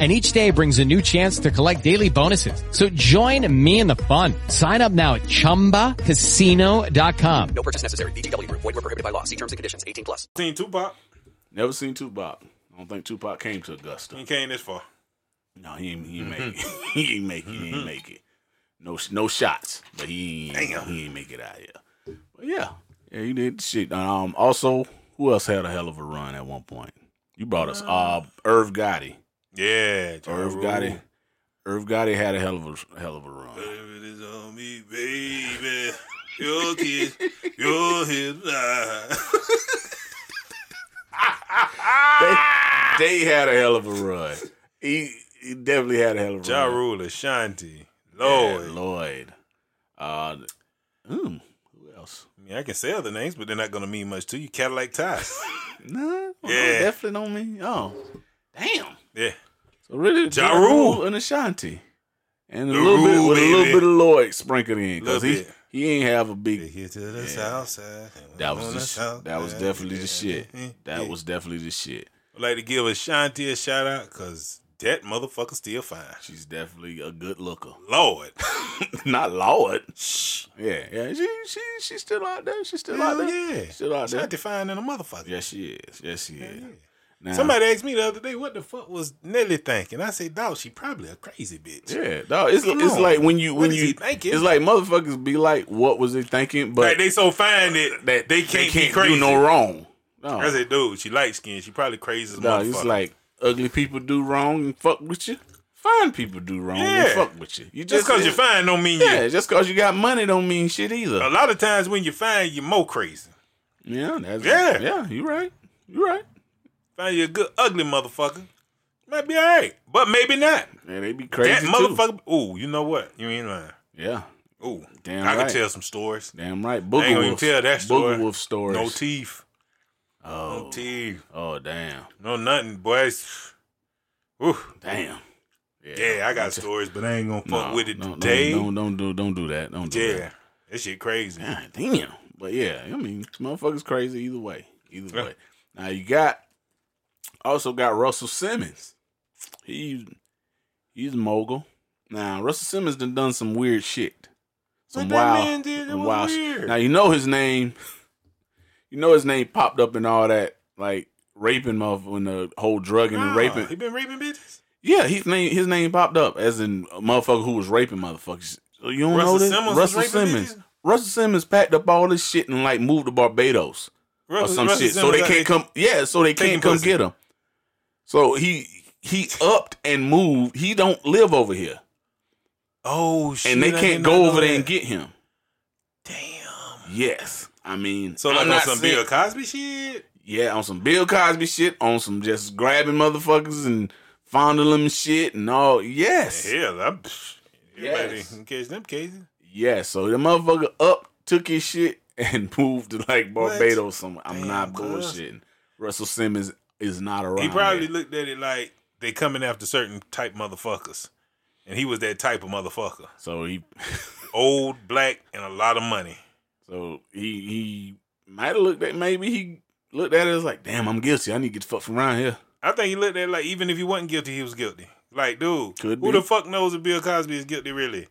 And each day brings a new chance to collect daily bonuses. So join me in the fun. Sign up now at ChumbaCasino.com. seen Tupac. Never seen Tupac. I don't think Tupac came to Augusta. He came this far. Mm-hmm. No, he ain't, he ain't make it. he ain't make it. He ain't make it. No, sh- no shots, but he ain't, he ain't make it out here. But yeah, yeah, he did shit. Um, also, who else had a hell of a run at one point? You brought us uh Irv Gotti. Yeah. Ja Irv Rule. Gotti. Irv Gotti had a hell of a hell of a run. Baby, this on me, baby. Your kiss, your his lie. They had a hell of a run. He, he definitely had a hell of a Ja run. Rule, Ashanti, Yeah, Lloyd. Lloyd. Uh, mm, who else? I, mean, I can say other names, but they're not gonna mean much to you. Cadillac Ties. No, Yeah. definitely don't mean. Oh, damn. yeah. So really, Ja Ja Rule. Rule and Ashanti, and a Ja little bit Rule, with a little baby. bit of Lloyd sprinkled in because Little he bit. he ain't have a They big. here to the south side. and we That on was the the sh- south that was side. definitely Yeah, the shit. yeah, That yeah. was definitely the shit. I'd like to give Ashanti a shout out because that motherfucker still fine. She's definitely a good looker. Lord. Not Lord. Yeah, yeah. She she she's still out there. She's still out Hell there. yeah. Still out there. Ashanti fine than a motherfucker. Yes, she is. Yes, she is. Now, Somebody asked me the other day, what the fuck was Nelly thinking? I said, dog, she probably a crazy bitch. Yeah, dog. It's Come it's on. like when you What when is you he thinking? it's like motherfuckers be like, what was they thinking? But like they so fine that, that they can't, be crazy. do no wrong. No, I said, dude, she light skinned. She probably crazy as a no. motherfucker. It's like ugly people do wrong and fuck with you. Fine people do wrong. They Yeah. fuck with you. You Just 'cause you're fine don't mean you- Uh, Yeah, just because you got money don't mean shit either. A lot of times when you find you more crazy. Yeah, that's Yeah. yeah. You right. You right. Find you a good ugly motherfucker. Might be all right, but maybe not. Yeah, they be crazy that too. motherfucker. Ooh, you know what? You ain't lying. Yeah, Ooh, Damn I right. can tell some stories. damn right. I ain't Booger gonna wolf. tell that story. Booger wolf stories. No teeth. Oh, No teeth. oh, damn, No nothing, boys. Ooh. damn. Yeah, I got stories, but I ain't gonna fuck No, with it no, no, today. Don't, don't do don't do that. Don't do yeah, that. that shit crazy. God damn. But yeah, I mean, this motherfucker's crazy either way. Either way. Now you got also got Russell Simmons. He he's a mogul. Now Russell Simmons done done some weird shit. Some What that wild, man did, that some was wild shit. weird. Now you know his name. You know his name popped up in all that like raping of when the whole drugging and Nah, raping. He been raping bitches. Yeah, his name his name popped up as in a motherfucker who was raping motherfuckers. So you don't Russell know this? Simmons was Russell raping Simmons. bitches? Russell Simmons packed up all this shit and like moved to Barbados or Russell- some Russell shit. so Simmons they out can't there come. Yeah, so they taking can't come pussy. get him. So he he upped and moved. He don't live over here, Oh shit! and they I can't did go not know over there and that. get him. Damn. Yes, I mean, So I'm like on not some saying- Bill Cosby shit. Yeah, on some Bill Cosby shit, on some just grabbing motherfuckers and fondling them shit and all. Yes. Hell, I'm. psh, Everybody Yes. can catch them cases. Yeah, so the motherfucker up, took his shit, and moved to like What? Barbados somewhere. I'm Damn, not cuz. bullshitting. Russell Simmons is not around. He probably there. looked at it like they coming after certain type motherfuckers, and he was that type of motherfucker. so he Old, black, and a lot of money. so he he might have looked at maybe he looked at it as like, damn, I'm guilty. I need to get the fuck from around here. I think he looked at it like even if he wasn't guilty, he was guilty. Like, dude, Could be. who the fuck knows if Bill Cosby is guilty really?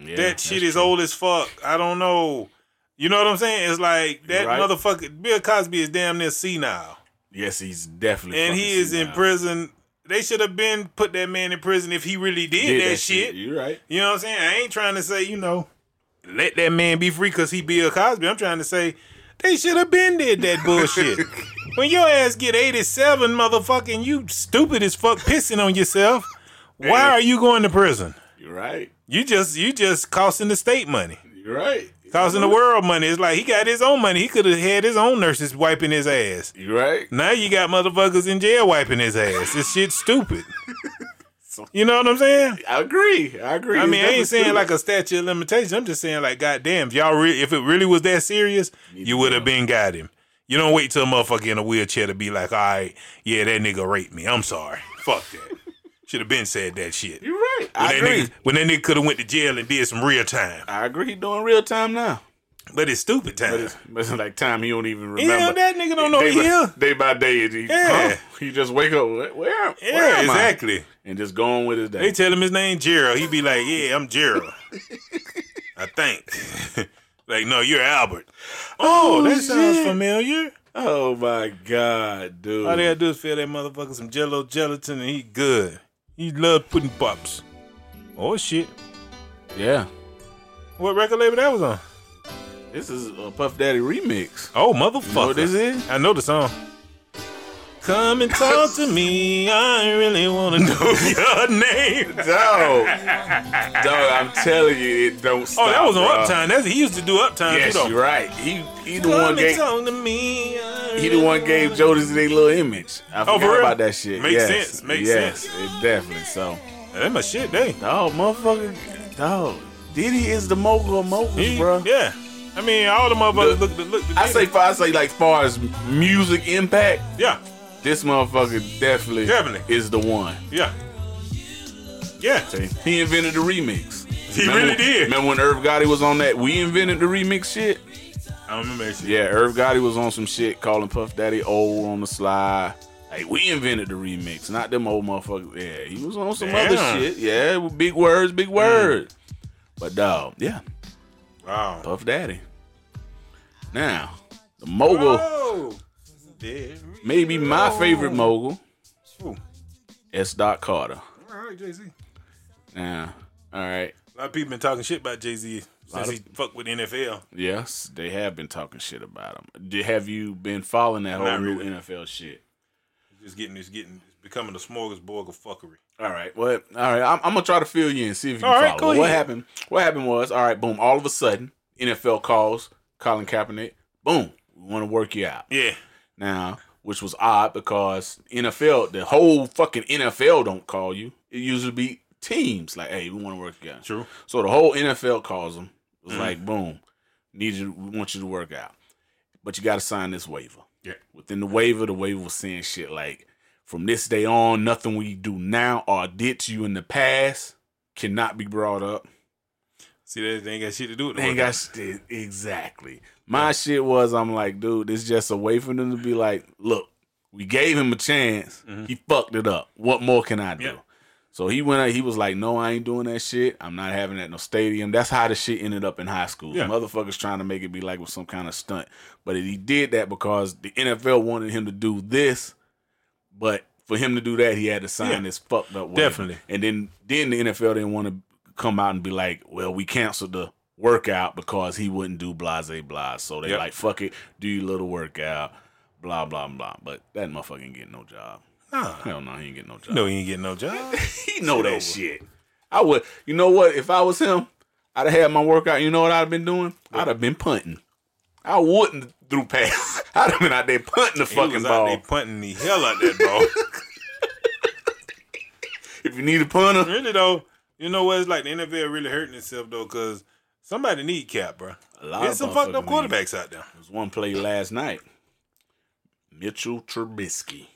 Yeah, that shit that's is true. old as fuck. I don't know. You know what I'm saying? It's like that right. motherfucker Bill Cosby is damn near senile. Yes, he's definitely and he fucking is in senile. prison. They should have been put that man in prison if he really did, Did that, shit. You're right. You know what I'm saying? I ain't trying to say, you know, let that man be free because he Bill Cosby. I'm trying to say they should have been did that bullshit. when your ass get 87, motherfucking, you stupid as fuck pissing on yourself. Why are you going to prison? You're right. You just you just costing the state money, You're right. costing the world money. It's like he got his own money. He could have had his own nurses wiping his ass. You're right. Now you got motherfuckers in jail wiping his ass. This shit's stupid. You know what I'm saying? I agree. I agree. I mean, I ain't It's saying definitely like a statute of limitations. I'm just saying like, goddamn, if y'all, re- if it really was that serious, you would have been got him. You don't wait till a motherfucker in a wheelchair to be like, all right, yeah, that nigga raped me. I'm sorry. Fuck that. Should have been said that shit. You're right. When I that agree. nigga, when that nigga could have went to jail and did some real time, I agree. He doing real time now. but it's stupid time. But it's, but it's like time he don't even remember. yeah, that nigga don't know day, he by, here. day by day, he, Yeah. huh? he just wake up. Where, where Yeah, am exactly. I? And just go on with his They day. tell him his name Gerald. He be like, "Yeah, I'm Gerald." I think. like, no, you're Albert. Oh, that sounds shit. familiar. oh my god, dude! All they gotta do is fill that motherfucker some Jello gelatin, and he good. He love pudding pops. Oh shit! yeah, What record label that was on? this is a Puff Daddy remix. Oh motherfucker! You know what this is? I know the song. Come and talk to me. I really wanna know your name. Dog, dog, I'm telling you, it don't Oh, stop. that was on bro. Uptime. That's he used to do Uptime. Yes, too, though. you're right. He he the Come one and gave talk to me. I he the one really gave wanna- Jodeci their little image. I Oh, for forgot real? about that shit. Makes yes. sense. Makes yes, sense. It definitely so. That my shit, they. Dog, Oh, motherfucker, dog. Diddy is the mogul of moguls, He- bro. Yeah. I mean, all the motherfuckers Look, look, look, look, I say, far, I say, like, far as music impact, yeah, this motherfucker definitely, Definitely. is the one. yeah, yeah. He invented the remix. He really did. Remember when Irv Gotti was on that? We invented the remix shit. I don't remember that shit. Yeah, Irv Gotti was on some shit calling Puff Daddy old on the sly. Like we invented the remix, not them old motherfuckers. Yeah, he was on some other Damn. Mm. shit. Yeah, with big words, big words. But dog, yeah, Wow. Puff Daddy. Now, the mogul. Oh. Yeah. Maybe my favorite mogul, Ooh. S. Doc Carter. All right, Jay Z. Yeah. All right. A lot of people been talking shit about Jay Z since Lot of- he fucked with NFL. Yes, they have been talking shit about him. Did, have you been following that whole Not new really. NFL shit? Just getting, just getting, becoming a smorgasbord of fuckery. All right. What? All right. I'm, I'm gonna try to fill you in, see if you All can right, follow. go What ahead. happened? What happened was, all right, boom. All of a sudden, NFL calls Colin Kaepernick. Boom. We want to work you out. Yeah. Now, which was odd because NFL, the whole fucking NFL don't call you. It usually be teams like, hey, we want to work you out. True. So the whole NFL calls them. It was Mhm. like, boom, need you. We want you to work out, but you got to sign this waiver. Yeah. Within the waiver, the waiver was saying shit like, from this day on, nothing we do now or did to you in the past cannot be brought up. See, that they ain't got shit to do with They ain't got shit. Exactly. My shit was, I'm like, dude, it's just a way for them to be like, look, we gave him a chance. He fucked it up. What more can I do? Mm-hmm. Yeah. So he went out, he was like, no, I ain't doing that shit. I'm not having that in no stadium. That's how the shit ended up in high school. Yeah. Motherfuckers trying to make it be like with some kind of stunt. But he did that because the NFL wanted him to do this, but for him to do that, he had to sign Yeah. this fucked up waiver. Definitely. And then then the NFL didn't want to come out and be like, well, we canceled the workout because he wouldn't do blase blah. So they Yep. like, fuck it, do your little workout, blah blah blah. But that motherfucker ain't getting no job. Nah. Hell no, he ain't getting no job. No, he ain't getting no job. he know that shit. I would. You know what? If I was him, I'd have had my workout. You know what I'd have been doing? I'd have been punting. I wouldn't threw pass. I'd have been out there punting the He fucking was ball. out there punting the hell out that ball. If you need a punter, really though, you know what? It's like the NFL really hurting itself though, because somebody need cap, bro. A lot There's of some fucked up motherfuckers need- quarterbacks out there. There was one play last night. Mitchell Trubisky.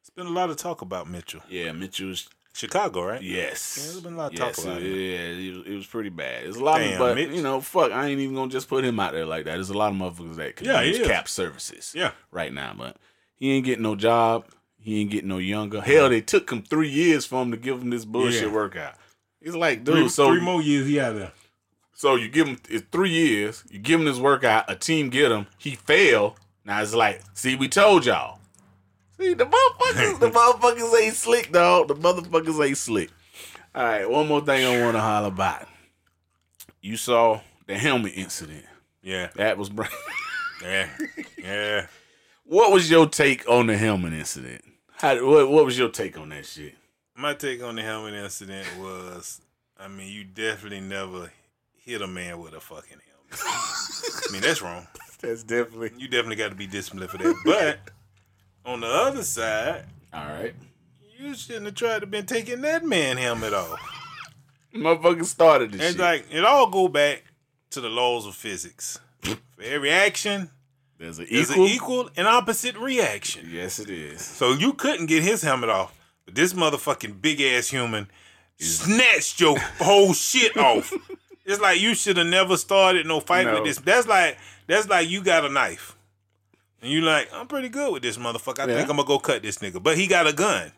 It's been a lot of talk about Mitchell, Yeah, Mitchell's. Chicago, right? Yes. Yeah, there's been a lot of Yes, talk about it- him. Yeah, it was, it was pretty bad. It's a lot of, Damn, but Mitch. you know, fuck, I ain't even gonna just put him out there like that. There's a lot of motherfuckers that could Yeah, he use is. cap services. Yeah. right now, but he ain't getting no job. He ain't getting no younger. Hell, they took him three years for him to give him this bullshit Yeah. workout. It's like, dude, Three, so three more years he out there. so you give him it's three years. You give him this workout. A team get him. He fail. Now it's like, see, we told y'all. See the motherfuckers, the motherfuckers ain't slick, dog. The motherfuckers ain't slick. All right, one more thing I want to holler about. You saw the helmet incident. Yeah, That was bra- yeah, yeah. what was your take on the helmet incident? How, what, what was your take on that shit? My take on the helmet incident was, I mean, you definitely never hit a man with a fucking helmet. I mean, that's wrong. That's definitely You definitely got to be disciplined for that. But on the other side, all right. you shouldn't have tried to been taking that man helmet off. Motherfucker started this It's shit. like it all go back to the laws of physics. For every action, There's an there's equal. an equal and opposite reaction. Yes, it is. So you couldn't get his helmet off, but this motherfucking big ass human snatched your whole shit off. It's like you should have never started no fight No. with this. That's like that's like you got a knife. And you like, I'm pretty good with this motherfucker. I Yeah. think I'm gonna go cut this nigga. But he got a gun.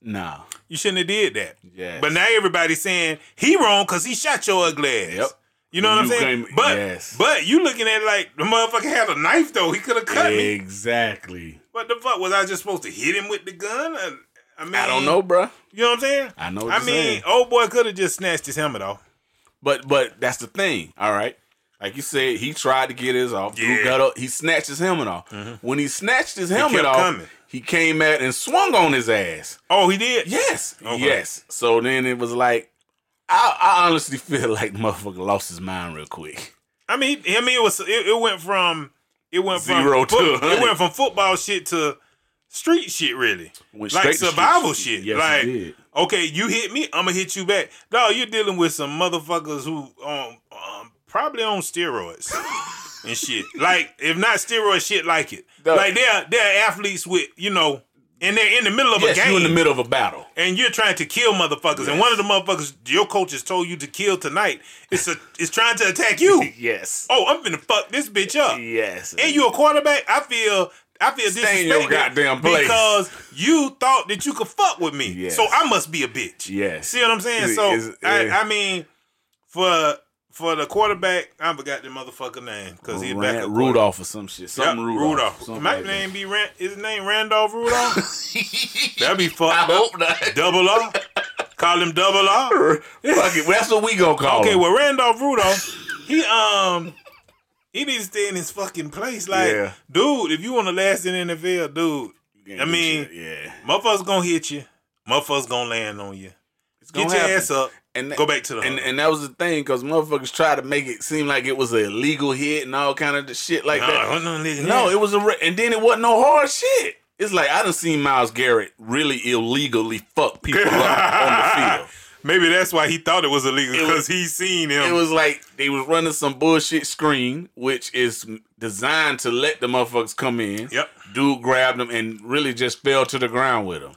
Nah. You shouldn't have did that. Yes. But now everybody's saying he wrong because he shot your ugly ass. Yep. You know what I'm You saying? came- but yes. but you looking at it like the motherfucker had a knife though. He could have cut me. Exactly. What the fuck was I just supposed to hit him with the gun? I, I mean, I don't know, bruh. You know what I'm saying? I know what I you're mean, saying. old boy could have just snatched his helmet off. But but that's the thing. All right. Like you said, he tried to get his off. Drew Yeah. Mm-hmm. got up. He snatched his helmet off. When he snatched his helmet kept off, coming. he came at and swung on his ass. Oh, he did. Yes. Okay. Yes. So then it was like, I, I honestly feel like the motherfucker lost his mind real quick. I mean, I mean, it was it, it went from it went Zero from to foot- it 100. went from football shit to street shit, really. Went like straight to survival street shit. shit. Yes, like, it did. okay, you hit me, I'm gonna hit you back. No, you're dealing with some motherfuckers who um, um probably on steroids and shit. Like, if not steroid shit, like it. No. Like they're they're athletes with you know, and they're in the middle of Yes, a game you in the middle of a battle. and you're trying to kill motherfuckers, and Yes. one of the motherfuckers your coaches told you to kill tonight is a, is trying to attack you. Yes. Oh, I'm gonna fuck this bitch up. Yes. And you a quarterback? I feel I feel Stay in your disrespected goddamn place. because you thought that you could fuck with me. Yes. So I must be a bitch. Yes. See what I'm saying? It So is- I, yeah. I mean, for for the quarterback, I forgot the motherfucker name because he's back Ran- at Rudolph or some shit. Something Rudolph. Something My like that. name be Ran- his name Randolph Rudolph. That'd be fucked I up. hope not. Double R. Call him Double R. Fuck it. That's what we gonna call. Okay, him. well Randolph Rudolph, he um he needs to stay in his fucking place. Like, Yeah. dude, if you want to last in the NFL, dude, I mean, yeah, motherfuckers gonna hit you. Motherfuckers gonna land on you. Get gonna your happen. ass up And that- go back to the. and, hood. and that was the thing because motherfuckers tried to make it seem like it was an illegal hit and all kind of the shit like No, that. it wasn't no illegal No, hit. it was a re- and then it wasn't no hard shit. It's like I done seen Miles Garrett really illegally fuck people up on the field. Maybe that's why he thought it was illegal It was- because he seen him. It was like they was running some bullshit screen, which is designed to let the motherfuckers come in. Yep. Dude grabbed them and really just fell to the ground with them,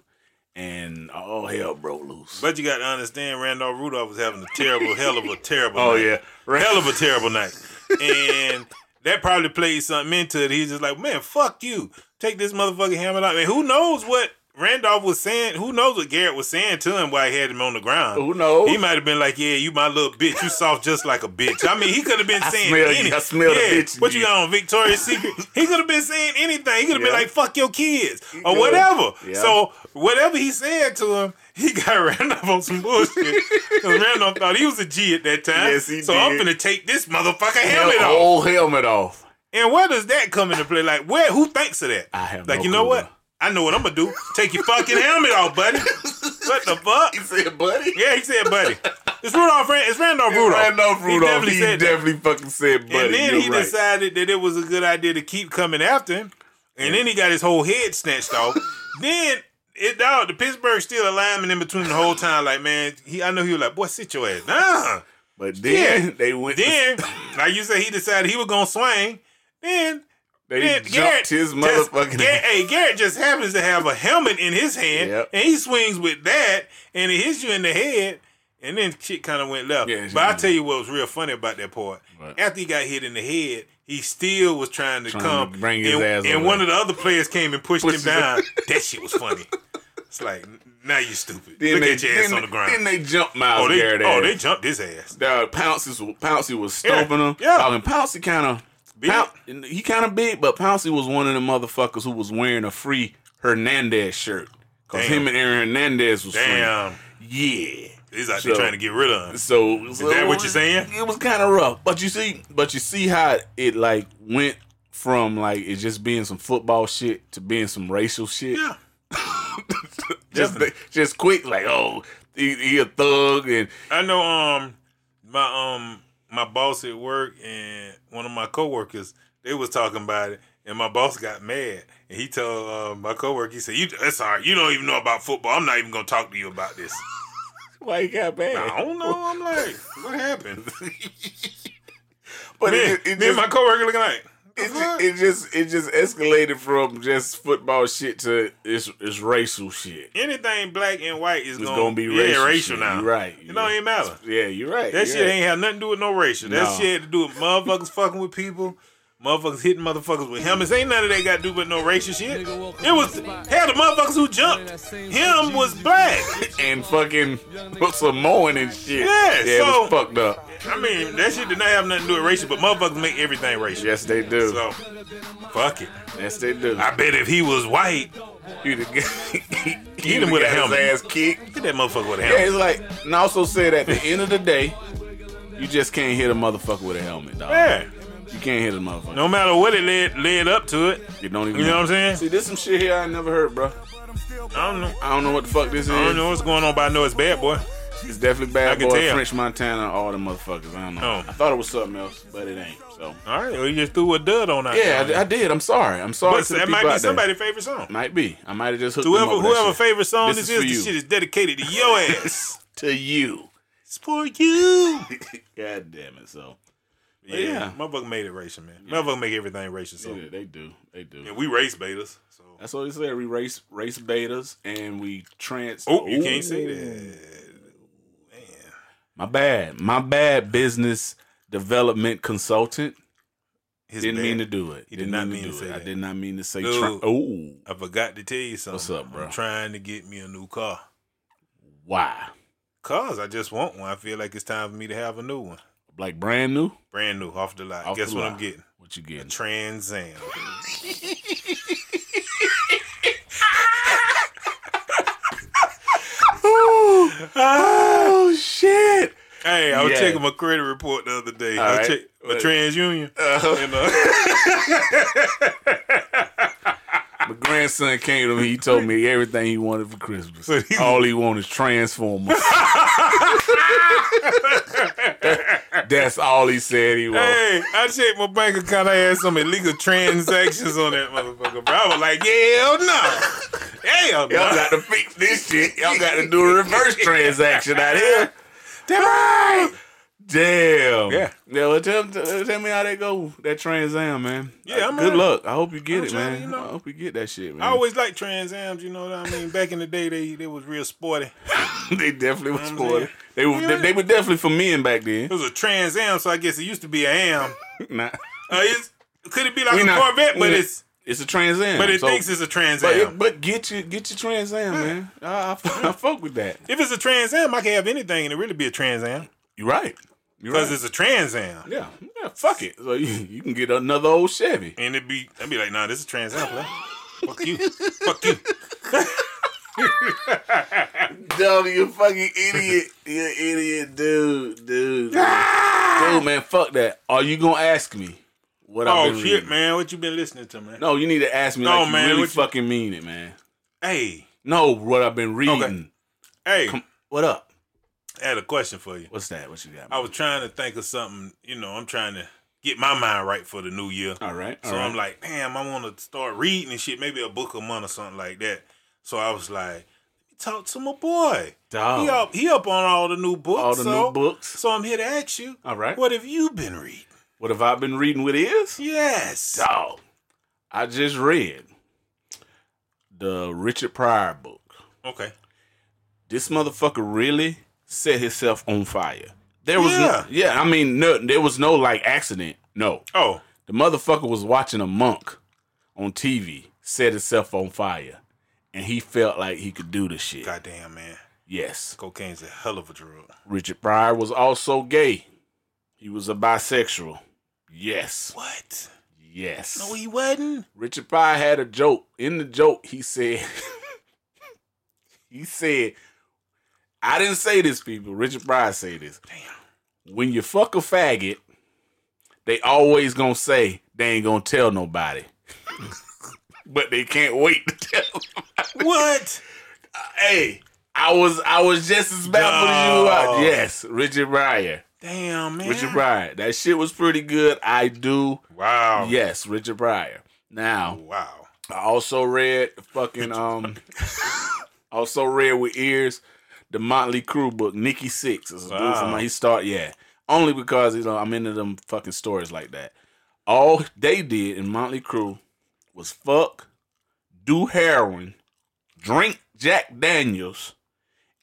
and all hell broke loose. But you got to understand, Randolph Rudolph was having a terrible, hell of a terrible. Oh, night. yeah. hell of a terrible night, and that probably played something into it. He's just like, man, fuck you, take this motherfucking hammer out. And who knows what Randolph was saying? Who knows what Garrett was saying to him while he had him on the ground? Who knows? He might have been like, yeah, you my little bitch, you soft just like a bitch. I mean, he could have been I saying smell you. any- I smell the yeah, bitch in What you you. got on Victoria's Secret? He could have been saying anything. He could have been Yeah. like, fuck your kids or could. whatever. Yeah. So whatever he said to him, he got Randolph on some bullshit. 'Cause Randolph thought he was a G at that time. Yes, he so I'm did. gonna take this motherfucker Hell, oh. helmet off. whole helmet off. And where does that come into play? Like where who thinks of that? I have like no you know clue, what? bro. I know what I'm gonna do. Take your fucking helmet off, buddy. What the fuck? He said, "Buddy." Yeah, he said, buddy. It's Rudolph. Ran- It's Randolph Rudolph. Randolph He Rudolph. He definitely definitely, said that. fucking said, "Buddy." And then you're he right. decided that it was a good idea to keep coming after him. And then he got his whole head snatched off. then it dog, the Pittsburgh still alignment in between the whole time. Like, man, he I know he was like, boy, sit your ass down. But then Yeah. they went. Then, like you said, he decided he was gonna swing. Then they then jumped Garrett his just- motherfucking. Garrett, hey, Garrett just happens to have a helmet in his hand, Yep. and he swings with that, and it hits you in the head, and then shit kind of went left. Yeah, it's- but I tell you what was real funny about that part. What? After he got hit in the head, he still was trying to Trying to come, bring his and, ass and over. one of the other players came and pushed, Pushed him him. down. that shit was funny. It's like now you stupid. Then Look they, at your ass then- on the ground. Then they jumped Miles oh, they, Garrett. oh, ass. they jumped his ass. Dog, uh, Pouncey was Pouncey was stomping him. Yeah. Dog, and Pouncey kind of Big. he kind of big, but Pouncey was one of the motherfuckers who was wearing a free Hernandez shirt because Damn. him and Aaron Hernandez was Damn, free. Yeah. he's out there So- trying to get rid of him. So is that what you're saying? It was kind of rough, but you see, but you see how it like went from like it just being some football shit to being some racial shit. Yeah. just just quick like oh he, he a thug and I know um my um my boss at work and one of my coworkers they was talking about it and my boss got mad and he told uh, my coworker he said you that's all right you don't even know about football I'm not even gonna talk to you about this why he got bad. I don't know I'm like what happened But then, it, it, then just, my coworker looking like it, "What?" just, it just it just escalated from just football shit to it's it's racial shit. anything black and white is It's gonna, gonna be Oh, yeah, racial racial shit. now You right. it don't Yeah. even matter Yeah, you're right. That you're shit right. ain't have nothing to do with no racial. That No. shit had to do with motherfuckers fucking with people, motherfuckers hitting motherfuckers with helmets. Ain't none of that got to do with no racial shit. It was hell. The motherfuckers who jumped him was black. and fucking put some mowing and shit. Yeah, it was so- fucked up. I mean, that shit did not have nothing to do with racial, but motherfuckers make everything racial. Yes, they do. So, fuck it. yes, they do. I bet if he was white, you the guy. Hit him with a helmet. His ass kicked. get that motherfucker with a Yeah, helmet. it's like, and I also said at the end of the day, you just can't hit a motherfucker with a helmet, dog. Yeah. You can't hit a motherfucker. No matter what it led led up to it, You don't even You know what I'm saying? See, there's some shit here I never heard, bro. I don't know. I don't know what the fuck this is. I don't know what's going on, but I know it's bad, boy. It's definitely I bad can boy, tell. French Montana, all the motherfuckers. I don't know. Oh. I thought it was something else, but it ain't. So All right, well, you just threw a dud on that. yeah, I, I did. I'm sorry. I'm sorry. but to the that people might out be there. somebody's favorite song. Might be. I might have just hooked To whoever them up with that whoever shit. favorite song this, is, for you. this shit is dedicated to your ass. to you. it's for you. God damn it. So Yeah, Yeah. motherfucker made it racial, man. Motherfucker make everything racial. So yeah, they do. They do. and we race betas. So That's what they said. We race race betas and we trans. oh, you can't say that. My bad. My bad. Business development consultant. His Didn't bad. mean to do it. He did Didn't not mean mean to do say it. I that. did not mean to say. Dude. Tra- oh, I forgot to tell you something. What's up, bro? I'm trying to get me a new car. why? Cause I just want one. I feel like it's time for me to have a new one, Like brand new. brand new, off the lot. Off Guess the what lot. I'm getting? What you getting? Trans Am. oh shit! Hey, I was Yeah. checking my credit report the other day. All I right. Uh-huh. check my But- TransUnion. Uh, And, uh, but grandson came to me. He told me everything he wanted for Christmas. All he wanted is Transformers. That's all he said he wanted. Hey, I checked my bank account. I had some illegal transactions on that motherfucker, bro. I was like, hell no. Hell no. Y'all got to fix this shit. Y'all got to do a reverse transaction out here. Damn right. Damn. Yeah. Yeah. Well, tell, tell, tell me how that go. That Trans Am, man. Yeah, I'm Good right. luck. I hope you get I'm it, trying, man. you know. I hope you get that shit, man. I always liked Trans Ams, you know what I mean? Back in the day, they, they was real sporty. they definitely was I'm spoiled. saying? They were. Yeah. They, were definitely for men back then. It was a Trans Am, so I guess it used to be a am. Nah. Uh, it's, could it be like We a not- Corvette, we but not- it's It's a Trans Am. but it so- thinks it's a Trans But, Am. it, but get your get your Trans Am, man. I, I, fuck- I fuck with that. if it's a Trans Am, I can have anything, and it really be a Trans Am You're right. You're because right. it's a Trans Am. yeah. Yeah. Fuck it. So you, you can get another old Chevy. And it'd be I'd be like, nah, this is Trans Am. bro. Fuck you, fuck you. Dumb, you fucking idiot. you idiot, dude, dude. dude, man, fuck that. Are you gonna ask me what I've Ah! Oh been shit, reading? man, what you been listening to, man? No, you need to ask me No, like man, you really what you- fucking mean it, man. Hey, No, what I've been reading. hey, What up? I had a question for you. What's that? What you got? I was trying to think of something. You know, I'm trying to get my mind right for the new year. all right. Oh, So I'm like, damn, I want to start reading and shit. Maybe a book a month or something like that. So I was like, let me talk to my boy. Dog. He up, he up on all the new books. All the new so- books. So I'm here to ask you. All right. What have you been reading? what have I been reading with ears? Yes. Dog. I just read the Richard Pryor book. Okay. This motherfucker really set himself on fire. There was Yeah. no, yeah, I mean, no, there was no like accident. No. Oh, The motherfucker was watching a monk on TV set himself on fire. And he felt like he could do the shit. goddamn, man. Yes. Cocaine's a hell of a drug. Richard Pryor was also gay. He was a bisexual. Yes. What? Yes. No, he wasn't. Richard Pryor had a joke. In the joke, he said, he said, I didn't say this, people. Richard Pryor said this. Damn. When you fuck a faggot, they always gonna say they ain't gonna tell nobody. but they can't wait to tell nobody. What? Hey, I was I was just as baffled as you Dog. are. Yes, Richard Pryor. Damn, man. Richard Pryor. That shit was pretty good. I do. Wow. Yes, Richard Pryor. Now, Wow. I also read fucking um also read with ears the Motley Crew book, Nikki Six. Is a dude from Wow. he start yeah. Only because you know I'm into them fucking stories like that. All they did in Motley Crew was fuck, do heroin, drink Jack Daniels,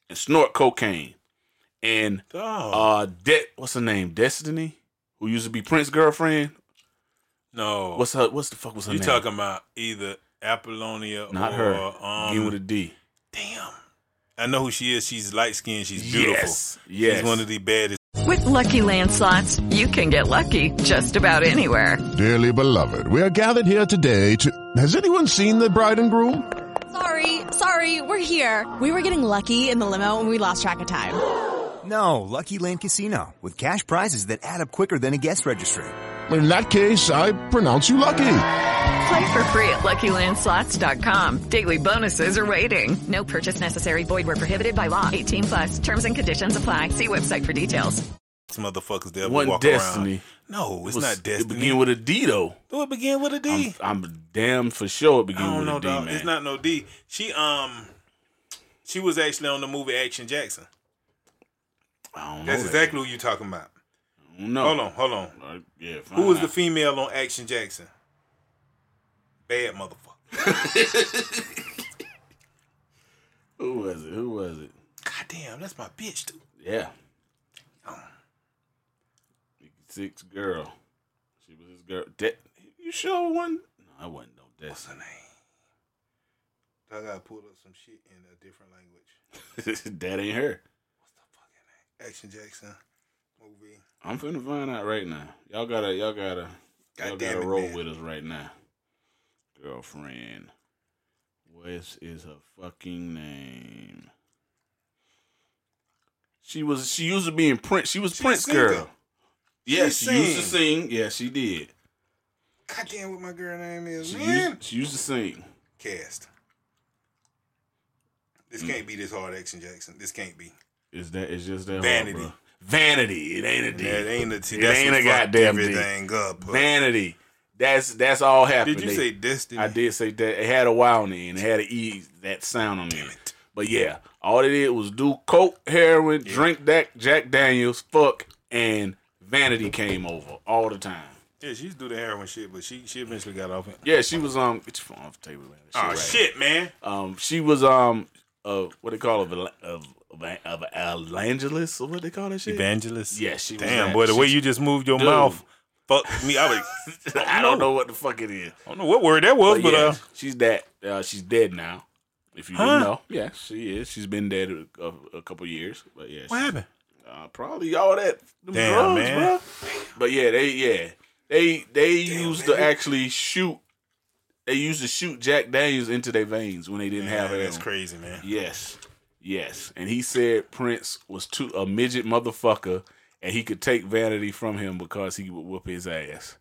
and snort cocaine. And Dog. uh De- what's her name? Destiny? Who used to be Prince girlfriend? no. What's her what's the fuck was her Oh. you name? talking about either Apollonia Not or her. um Begin with a D. Damn. I know who she is. She's light skinned. She's beautiful. Yes. Yes. She's one of the baddest. With Lucky Land slots, you can get lucky just about anywhere. Dearly beloved, we are gathered here today to. Has anyone seen the bride and groom? Sorry, sorry, we're here. We were getting lucky in the limo and we lost track of time. No, Lucky Land Casino with cash prizes that add up quicker than a guest registry. In that case, I pronounce you lucky. Play for free at LuckyLandSlots.com. Daily bonuses are waiting. No purchase necessary. Void where prohibited by law. 18 plus terms and conditions apply. See website for details. motherfuckers that Wasn't walk Destiny. around. No, it's was- not destiny. It begin with a D though. Do it begin with a D? I'm, I'm damn for sure it I begin don't with know, a D, dog. man. It's not no D. She um, she was actually on the movie Action Jackson. I don't know. That's that. exactly who you talking about. I don't know. Hold on, hold on. Uh, yeah, Who was the female on Action Jackson? Bad motherfucker. Who was it? Who was it? God damn, that's my bitch. Dude. Yeah. Six girl. She was his girl. De- you sure one? No, I wasn't no What's her Destiny. name? I gotta pull up some shit in a different language. that ain't her. Action Jackson movie. I'm finna find out right now. Y'all gotta, y'all gotta, y'all God damn gotta it, roll man. with us right now. Girlfriend, Wes is her fucking name. She was, she used to be in Prince. She was She a Prince singer. girl. Yes, She she, used to sing. Yes, she did. God damn, what my girl name is, She man. used, she used to sing. cast. This can't be this hard, Action Jackson. This can't be. It's that. It's just that Vanity. Hard, bro. Vanity. It ain't a D. That ain't a T. It That's ain't what a fucked goddamn everything D. up, bro. Vanity. That's that's all happened. Did you say destiny? I did say that. It had a Y on it. And it had an E that sound on it. But yeah, all it did was do coke, heroin, drink that Jack Daniels, fuck, and vanity came over all the time. Yeah, she used to do the heroin shit, but she she eventually got off it. Yeah, she was um. Get your phone off the table, man. Oh shit, man. Um, she was um, uh, what they call it, of of evangelist or what they call that shit? Evangelist? Yeah, she. was Damn, that. boy, the way She- you just moved your Dude. mouth, fuck me. I was. I don't know what the fuck it is. I don't know what word that was, but, yeah, uh, she's that. Uh, she's dead now. If you Huh? didn't know, yeah, she is. She's been dead a, a, a couple years, but yeah. What she- happened? Uh, probably all that them Damn, drugs, man. bro. But yeah, they yeah they they used to actually shoot. They used to shoot Jack Daniels into their veins when they didn't have it. that's crazy, man. Yes, yes, and he said Prince was too a midget motherfucker, and he could take vanity from him because he would whoop his ass.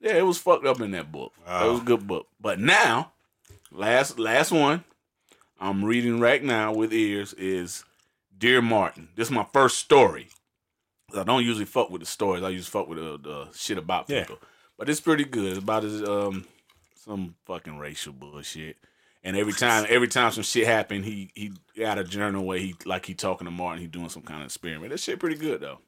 Yeah, it was fucked up in that book. It was a good book, but now, last last one, I'm reading right now with ears is Dear Martin. This is my first story. I don't usually fuck with the stories. I usually fuck with the, the shit about Yeah. people, but it's pretty good. It's about his um some fucking racial bullshit. And every time, every time some shit happened, he he got a journal where he like he talking to Martin. He doing some kind of experiment. That shit pretty good though.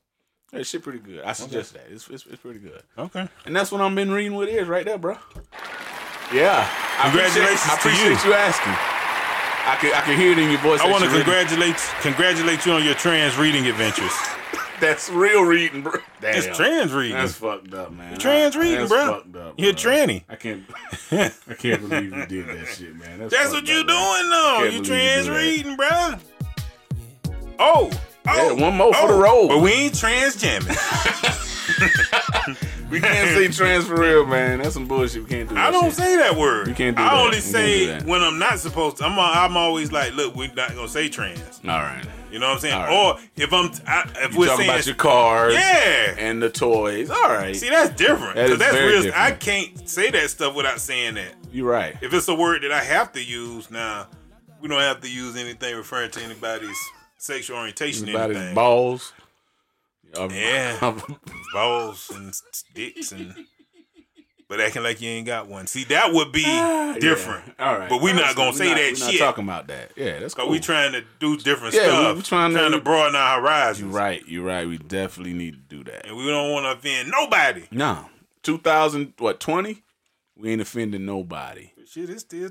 That shit pretty good. I suggest that. It's, it's it's pretty good. Okay. And that's what I've been reading with ears right there, bro. Yeah. I appreciate- Congratulations I to appreciate you. you asking. I can I can hear it in your voice. I that want to you really- congratulate congratulate you on your trans reading adventures. That's real reading, bro. It's Damn. trans reading. That's fucked up, man. You're trans I- reading, that's bro. fucked up, You're a bro. tranny. I can't. I can't believe you did that shit, man. That's, That's fucked what you up, doing bro. I though. can't You believe do trans that. reading, bro. Oh, oh, Yeah, one more for the road. But we ain't trans jamming. We can't say trans for real, man. That's some bullshit. We can't do. That I don't shit. say that word. You can't do I that. only You can't say do that. when I'm not supposed to. I'm I'm always like, look, we're not gonna say trans. All right. You know what I'm saying? All right. Or if I'm I, if You we're talking saying about your cars, Yeah. and the toys. All right. See, that's different. That 'Cause is that's very real. different. I can't say that stuff without saying that. You're right. If it's a word that I have to use, now we don't have to use anything referring to anybody's sexual orientation. or Anybody's anything. balls. I'm- Yeah. I'm- balls and s- dicks and but acting like you ain't got one. See, that would be different. Ah, Yeah. All right. but we're That's- not gonna say not- that we're shit. Not talking about that. Yeah, that's Cause cool. we trying to do different Yeah, we- stuff. we trying to- broaden our You're horizons, right. You're right. We definitely need to do that. and we don't want to offend nobody. No, 2000 what 20? We ain't offending nobody. Shit, it's still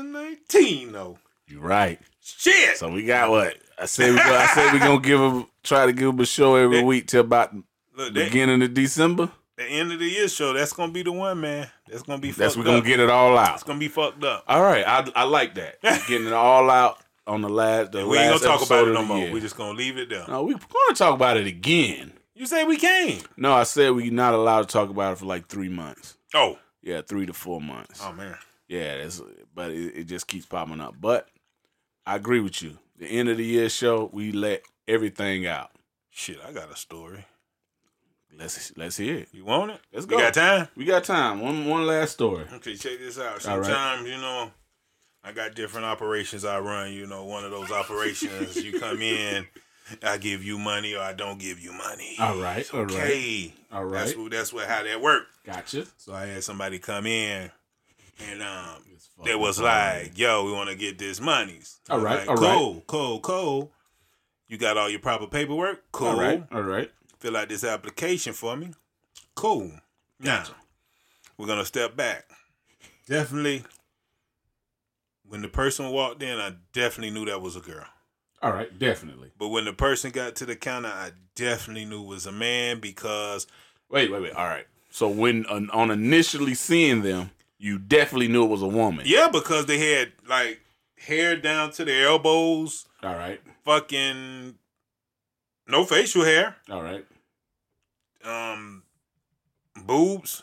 2019 though. You're right. Shit, So we got what I said. We go, I said we gonna give him try to give him a show every week till about look, that, beginning of December. the end of the year show. That's gonna be the one, man. That's gonna be. That's fucked we gonna up. get it all out. It's gonna be fucked up. All right, I, I like that. Getting it all out on the last. The we ain't last gonna talk about episode it of no the more. year. we just gonna leave it there. no, we're gonna talk about it again. You say we can. No, I said we're not allowed to talk about it for like three months. Oh, Yeah, three to four months. oh man. Yeah, that's, but it, it just keeps popping up. But I agree with you. The end of the year show, we let everything out. Shit, I got a story. Let's let's hear it. You want it? Let's You go. got time? We got time. One one last story. Okay, check this out. All right. Sometimes, you know, I got different operations I run. You know, one of those operations, you come in, I give you money or I don't give you money. All right, It's all right, okay. all That's right. what that's what how that worked. Gotcha. So I had somebody come in and um fucking they was like, yo, we want to get this monies. All I'm right, like, all right. cool, cool, cool. You got all your proper paperwork? Cool. All right, all right. Fill out this application for me. Cool. Now, we're gonna step back. Definitely, when the person walked in, I definitely knew that was a girl. All right, definitely. But when the person got to the counter, I definitely knew it was a man because Wait, wait, wait. All right. So when on, on initially seeing them, you definitely knew it was a woman. yeah, because they had like hair down to their elbows, All right. fucking no facial hair, All right. um, boobs.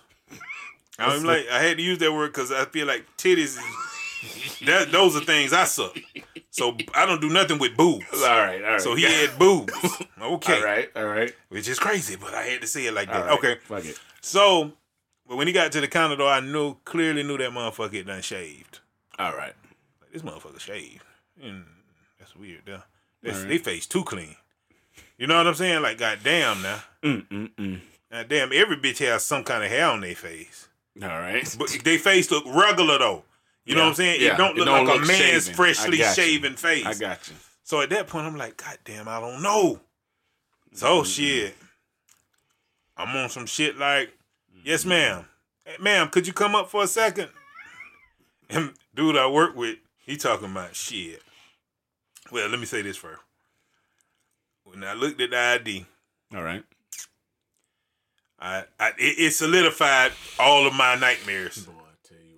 I'm like, I had to use that word because I feel like titties. is- that those are things I suck. So I don't do nothing with boobs. All right. All right. So he had boobs. Okay. All right. All right. Which is crazy, but I had to say it like All that. right. Okay. Fuck it. So, but when he got to the counter, though, I knew, clearly knew that motherfucker had done shaved. All right. Like, this motherfucker shaved. And that's weird, though. That's, They face too clean. You know what I'm saying? Like, goddamn now. Mm, mm, mm. Now, damn, every bitch has some kind of hair on their face. All right. But they face look regular, though. You know Yeah, what I'm saying? yeah. It don't It look don't like look a man's shaven. I freshly got you. shaven face. I got you. So at that point, I'm like, God damn, I don't know. So shit, I'm on some shit like, yes, ma'am. Hey, ma'am, could you come up for a second? And dude I work with, he talking about shit. Well, let me say this first. When I looked at the ID, All right. I, I it, it solidified all of my nightmares.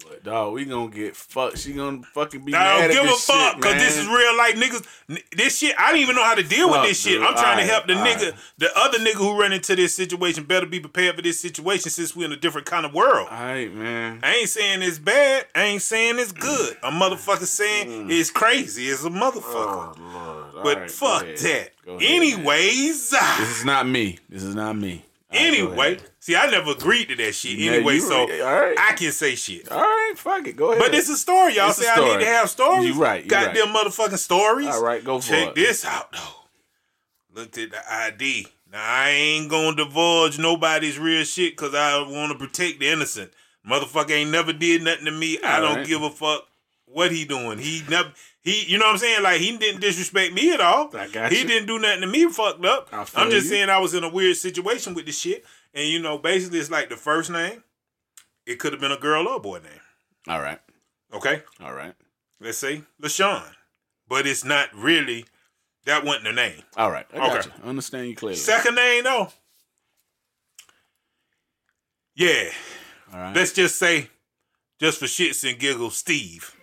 But dog, we gonna get fucked. She gonna fucking be. I mad don't at give a this fuck shit, because this man. is real life niggas. n- This shit, I don't even know how to deal Fuck, with this shit. dude. I'm trying Alright, to help the alright. nigga, the other nigga who run into this situation. Better be prepared for this situation since we're in a different kind of world. All right, man. I ain't saying it's bad. I ain't saying it's good. A motherfucker Mm. saying it's crazy. It's a Oh, motherfucker. but Alright, go fuck ahead. that. Go ahead, Anyways, This is not me. This is not me. anyway. See, I never agreed to that shit. Yeah, Anyway, you so right. Alright. I can say shit. All right, fuck it. Go ahead. But this is a story. Y'all It's a say I story. need to have stories. You right, you Goddamn motherfucking stories. All right, go for Check it. this out though. Looked at the ID. Now I ain't gonna divulge nobody's real shit because I want to protect the innocent. Motherfucker ain't never did nothing to me. I All don't right. give a fuck what he doing. He never. He, you know what I'm saying? Like he didn't disrespect me at all. I got he you. didn't do nothing to me. Fucked up. I feel I'm just you. saying I was in a weird situation with this shit. And you know, basically, it's like the first name. It could have been a girl or a boy name. All right. Okay All right. let's say LaShawn, but it's not really that wasn't the name. All right. I got Okay. you. I understand you clearly. Second name though, yeah. All right. Let's just say, just for shits and giggles, Steve.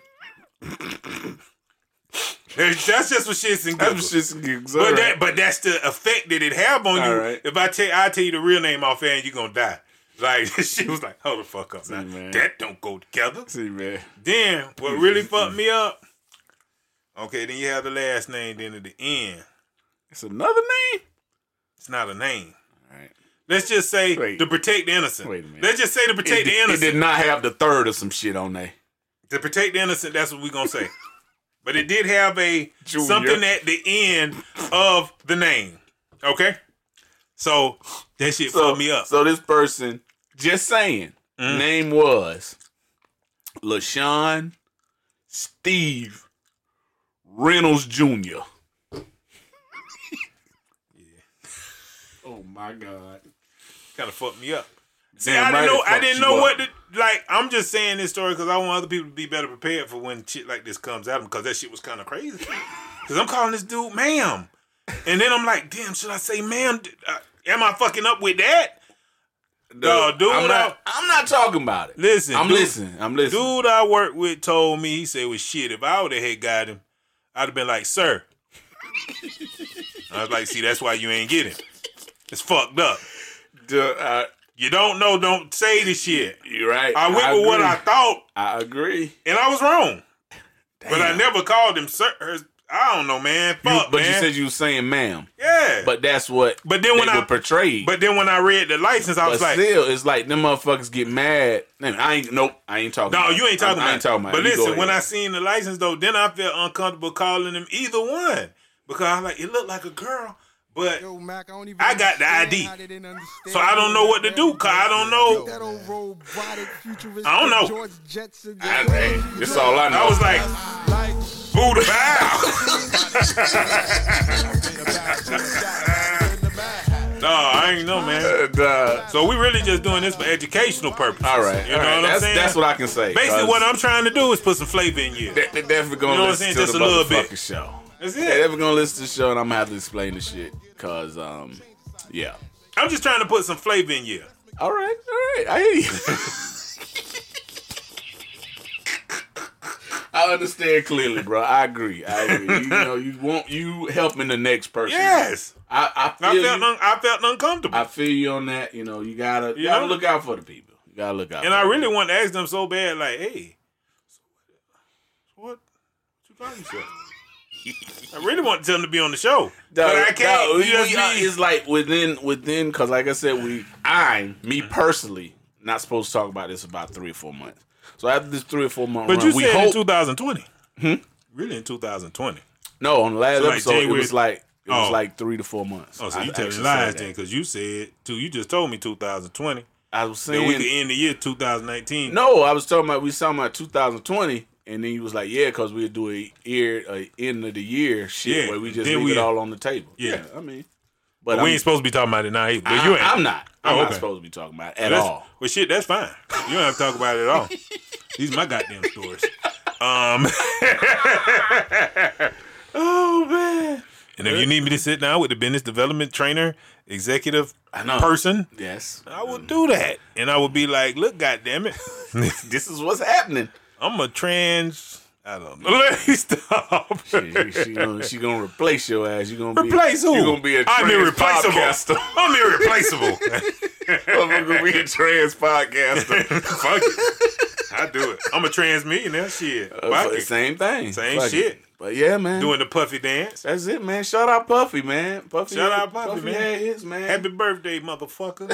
That's that's just for shits and giggles. but that, but that's the effect that it have on All you. right. If I tell I tell you the real name off air, you're gonna die. Like she was like, hold the fuck up, now. man. that don't go together. See, man. Then what really fucked me up? Okay, then you have the last name. Then at the end, It's another name. it's not a name. All right. Let's just say Wait. to protect the innocent. Wait a minute. Let's just say to protect it, the innocent. It did not have the third or some shit on there. To protect the innocent. That's what we're gonna say. but it did have a Junior. something at the end of the name. Okay, so that shit fucked me up. Mm. So this person, just saying, name was LaShawn Steve Reynolds Jr. yeah. Oh my God. kind of fucked me up. See, Damn I right didn't know. it I fucked didn't you know up. what to like. I'm just saying this story because I want other people to be better prepared for when shit like this comes at them. Because that shit was kind of crazy. Because I'm calling this dude ma'am, and then I'm like, damn, should I say ma'am? D- uh, am I fucking up with that? No, dude, I'm I- not, I'm not talking about it. Listen, I'm dude- listening. I'm listening. Dude, I worked with told me he said, "Well, shit, if I would have had got him, I'd have been like, sir." I was like, "See, that's why you ain't get him. It's fucked up. Dude, I- You don't know. Don't say this shit." you're right. I went with what agree. I thought I agree. and I was wrong. But I Damn. never called him sir. I don't know, man. You- Fuck, but you man. said you were saying ma'am. yeah. But that's what But then when they I- were portrayed. but then when I read the license, I But was like, still, it's like them motherfuckers get mad. I, mean, I ain't nope. I ain't talking. "No, about it. you ain't I, talking about." I ain't talking it. about. But it. You go listen, when I ahead. seen the license though, then I felt uncomfortable calling him either one because I was like it looked like a girl, but Mac, I, don't even I got the understand ID. how they didn't understand so I don't know what to do. Cause I don't know. That old robotic futuristic I don't know. George Jetson. I, hey, this is all I know. I was like, "Boo the bow." no, I ain't know, man. Duh. So we really just doing this for educational purposes. all right, you know all right. what I'm that's, saying? that's what I can say. Basically, what i I'm trying to do is put some flavor in you. they, they definitely gonna You know what listen I'm saying? to Just the a little bit. motherfucking show. That's They it. definitely gonna listen to the show, and I'm gonna have to explain the shit because um, yeah. I'm just trying to put some flavor in you. All right, all right. I hear you. I understand clearly, bro. I agree. I agree. You, know, you want you helping the next person. Yes. I, I I feel felt you. un- I felt uncomfortable, I feel you on that. You know, you gotta you Yeah. gotta look out for the people. You gotta look out. and for I the really people. want to ask them so bad, like, "Hey, so what? What you call yourself?" I really want to tell them to be on the show, but Dog, I can't. dog, you know we- uh, what I we- mean? it's like within within Mm-hmm. because like I said, we I me personally not supposed to talk about this about three or four months. So after this three or four month But run, you we said in hope. 2020. Hmm? Really in 2020. No, on the last So, like, episode, it January- was like it was Oh. like three to four months. Oh, so I you telling actually lies said then? that. Because you said two. You just told me 2020. I was that we saying- could end the year 2019. No, I was talking about we was talking about 2020, and then you was like, yeah, because we do a year a end of the year shit Yeah, where we just then leave we- it all on the table. Yeah. I mean, But, I'm- we ain't supposed to be talking about it now. Either, but I- you ain't. I'm not. I'm Oh, not okay. supposed to be talking about it at That's- all. Well, shit, that's fine. You don't have to talk about it at all. These are my goddamn stories. Um, Oh man. and if you need me to sit down with the business development trainer, executive know. Mm. person, Yes. I would do that, and I would be like, "Look, goddamn it, this is what's happening. I'm a trans. I don't know. Let me stop. She, she gonna, she gonna replace your ass. You gonna Replace be, who? You gonna be a I'm trans irreplaceable. podcaster. I'm irreplaceable. I'm gonna be a trans podcaster. Fuck it. I do it. I'm a trans millionaire. Shit. Uh, Fuck it. same thing. Same Fuck it. shit. But yeah, man. Doing the puffy dance. That's it, man. Shout out Puffy, man. Puffy. Shout out Puffy, man. had his, man. Happy birthday, motherfucker.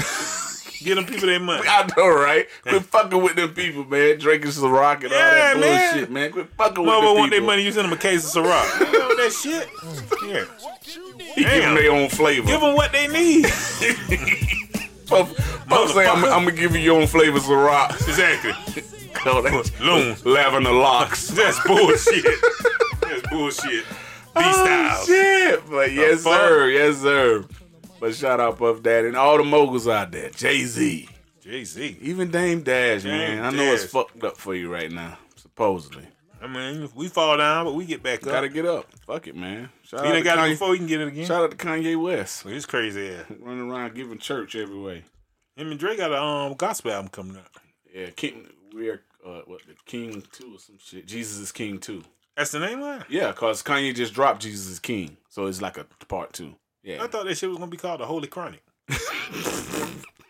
Get them people their money. I know, right? Quit fucking with them people, man. Drinking Ciroc and all that Yeah, man. bullshit, man. Quit fucking with them Mother people. want their money, you send them a case of Ciroc. You know that shit? Yeah. He give them Damn. their own flavor. Give them what they need. Puff, Puff say, I'm, I'm gonna give you your own flavor Ciroc. Exactly. Oh, Call that Loon. lavender locks. That's bullshit. That's bullshit. These Oh, styles. shit. But yes, fuck? sir. Yes, sir. But shout out Puff Daddy and all the moguls out there. Jay Z. Jay Z. Even Dame Dash, man. Dame I know it's Dash. fucked up for you right now, supposedly. I mean, if we fall down, but we get back up. Gotta get up. Fuck it, man. Shout he out done to got it Kanye. before he can get it again. Shout out to Kanye West. He's crazy ass. Running around giving church every way. Him and Dre got a um, gospel album coming out. Yeah, King. We are uh, what the King Two or some shit. Jesus is King Two. That's the name of it? Yeah, cause Kanye just dropped Jesus is King, so it's like a part two. Yeah, I thought that shit was gonna be called the Holy Chronic.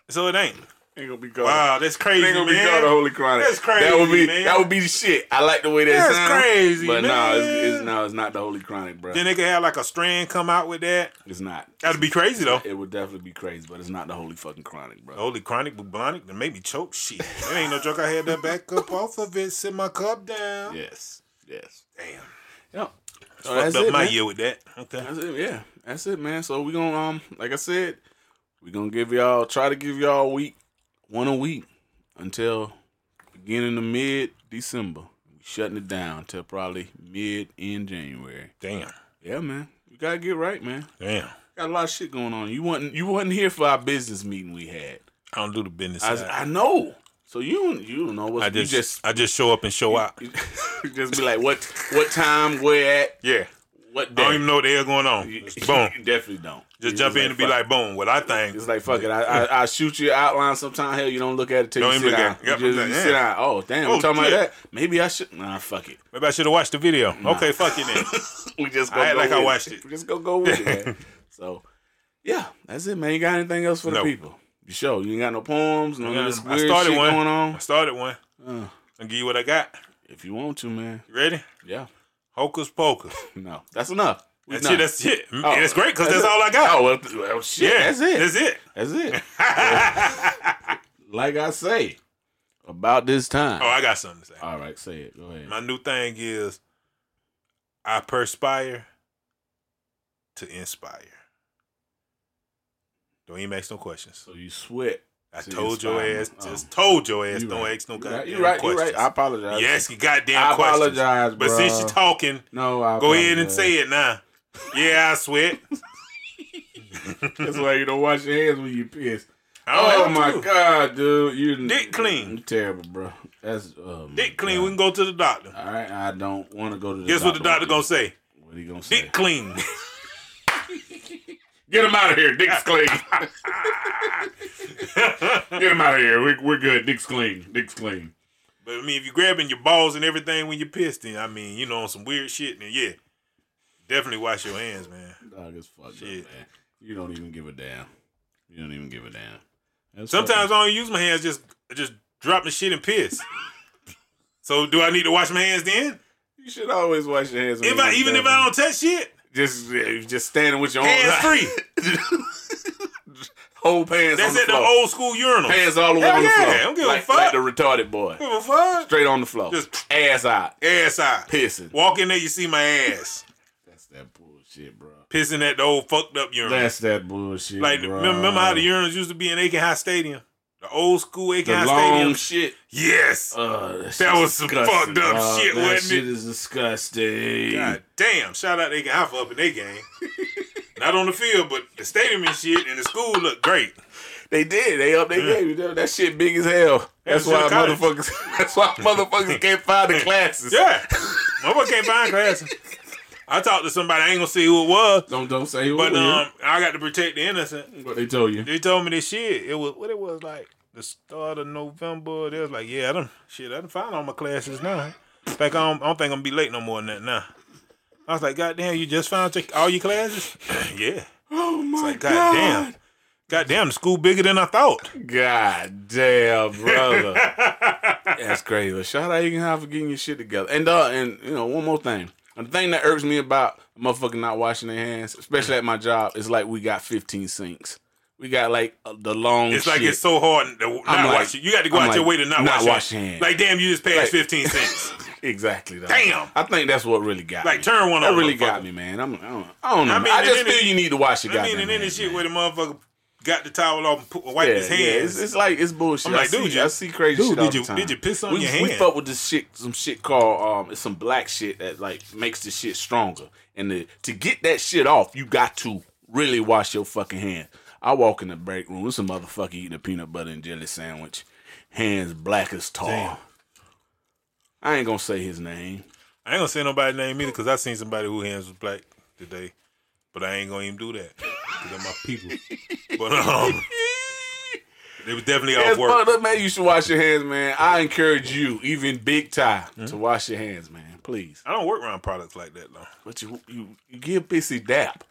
so it ain't. ain't gonna be called. Wow, that's crazy. Ain't gonna be man. called the Holy Chronic. That's crazy. That would be man. that would be the shit. I like the way that That's sound, crazy, But no, it's, it's man. no, it's not the Holy Chronic, bro. Then they could have like a strand come out with that. It's not. That'd be crazy though. It would definitely be crazy, but it's not the Holy fucking Chronic, bro. Holy chronic bubonic that made me choke shit. That ain't no joke. I had that back up off of it, sit my cup down. Yes, yes. Damn. Yeah. So Fucked Oh, that's up it, my man. year with that. Okay. That's it, yeah. That's it, man. So we gonna um, like I said, we gonna give y'all try to give y'all a week, one a week until beginning of mid December. We shutting it down till probably mid in January. Damn. Yeah, man. You gotta get right, man. Damn. Got a lot of shit going on. You wasn't you wasn't here for our business meeting we had. I don't do the business. I, side. I know. So you don't you don't know what I you just, just I just show up and show out. you just be like what what time where at Yeah. what I day. don't even know what the hell going on. you, Just boom. you definitely don't. Just You jump in and be fuck like, boom, what I think. It's like fuck it. I, I I shoot you outline sometime. Hell, you don't look at it till Don't you even sit look down. at it. You Yep, just I'm you like, sit yeah. down. Oh damn, Oh, we're talking shit. about that. Maybe I should. Nah, fuck it. Maybe I should have watched the video. Okay, fuck it then. We just I gonna act go like I with watched it. We just gonna go with it. man. So yeah, that's it, man. You got anything else for No. the people? You sure you ain't got no poems, no I got- this Mm, I weird started shit one. going I on. started one. Uh, I'll give you what I got. if you want to, man. You ready? Yeah. Hocus pocus. No, that's enough. We That's done. it. That's it. And Oh, it's great because that's, all I got. Oh well, th- well, shit. yeah, That's it. That's it. That's it. like I say, about this time. Oh, I got something to say. All right, say it. Go ahead. My new thing is I perspire to inspire. Don't even ask no questions. So you sweat. I to told inspire your me. ass, Oh. just told your ass, You don't right. ask no You goddamn right. You right. You questions. right. I apologize. You ask you goddamn I questions. apologize, But since bruh. you're talking, No. I go ahead and apologize. say it now. Yeah, I sweat. That's why you don't wash your hands when you piss. I don't Oh have my to. god, dude, you Dick clean. you terrible, bro. That's um, Dick clean. We can go to the doctor. All right, I don't want to go to. The Guess what the doctor gonna say? What he gonna say? Dick clean. Get him out of here. Dick's clean. Get him out of here. We're, we're good. Dick's clean. Dick's clean. But I mean, if you're grabbing your balls and everything when you're pissed, then I mean, you know, on some weird shit, then yeah, definitely wash your hands, man. Dog is fucked Shit. up, man. You don't even give a damn. You don't even give a damn. That's Sometimes I don't use my hands, just just drop the shit and piss. so do I need to wash my hands then? You should always wash your hands. when If you I get even if bathroom. I don't touch shit, just uh, just standing with your hands arms free. whole pants That's on the at the floor. old school urinal. Pants all the way Hell on the yeah, floor. I don't give a like, fuck. Like the retarded boy. Give a fuck. Straight on the floor. Just- ass out. Ass out. Pissing. Walk in there, you see my ass. That's that bullshit, bro. Pissing at the old fucked up urinal. That's that bullshit. like bro. remember, remember how the urinals used to be in Aiken High Stadium, the old school Aiken the High long Stadium. shit. Yes, Uh, that that shit's was some disgusting, fucked up dog. shit, That wasn't shit it? is disgusting. God damn! Shout out Aiken High for upping their game. Not on the field, but the stadium and shit, and the school looked great. They did. They up their Yeah. game. That- That shit big as hell. That's That's just why college. motherfuckers. That's why motherfuckers can't find the classes. Yeah, mama can't find classes. I talked to somebody. I ain't gonna say who it was, Don't don't say who. but it is. um, I got to protect the innocent. what they told you. They told me this shit. It was what it was like the start of November. They was like, yeah, I done shit. I done find all my classes now. Like I don't, I don't think I'm gonna be late no more than that now. I was like, God damn, you just found your, all your classes? yeah. Oh my Like God, damn. God damn, the school bigger than I thought. God damn, brother. That's crazy. But shout out you can have for getting your shit together. And uh, and you know, one more thing. The thing that irks me about motherfucking not washing their hands, especially at my job, is like we got 15 sinks. We got like uh, the long. It's like shit. it's so hard to not I'm like- wash it. You got to go I'm out your like, way to not, not wash, wash your hands. Like damn, you just passed Like- fifteen cents. Exactly. Dog. Damn. I think that's what really got Like, me. turn one That on, really motherfucker. got me, man. I'm, I don't, I don't know. I Mm-hmm. I, mean, just and then feel it- you need to wash your I goddamn mean, and then the hands, shit man. where the motherfucker got the towel off and put, wiped yeah, his hands. yeah, it's, it's like it's bullshit. I'm like, I dude, see, you- I see crazy dude, shit did all you- the time. did you piss on we, your We hand? fuck with this shit, some shit called um, it's some black shit that like makes the shit stronger. And the, to get that shit off, you got to really wash your fucking hands. I walk in the break room, it's a motherfucker eating a peanut butter and jelly sandwich, hands black as tar. Damn. I ain't gonna say his name. I ain't gonna say nobody's name either because I seen somebody who hands was black today, but I ain't gonna even do that because they're my people. but um, they was definitely off That's work. fucked up, man. You should wash your hands, man. I encourage you, even big tie, to Mm-hmm. wash your hands, man. Please. I don't work around products like that though. But you you, you give pissy dap.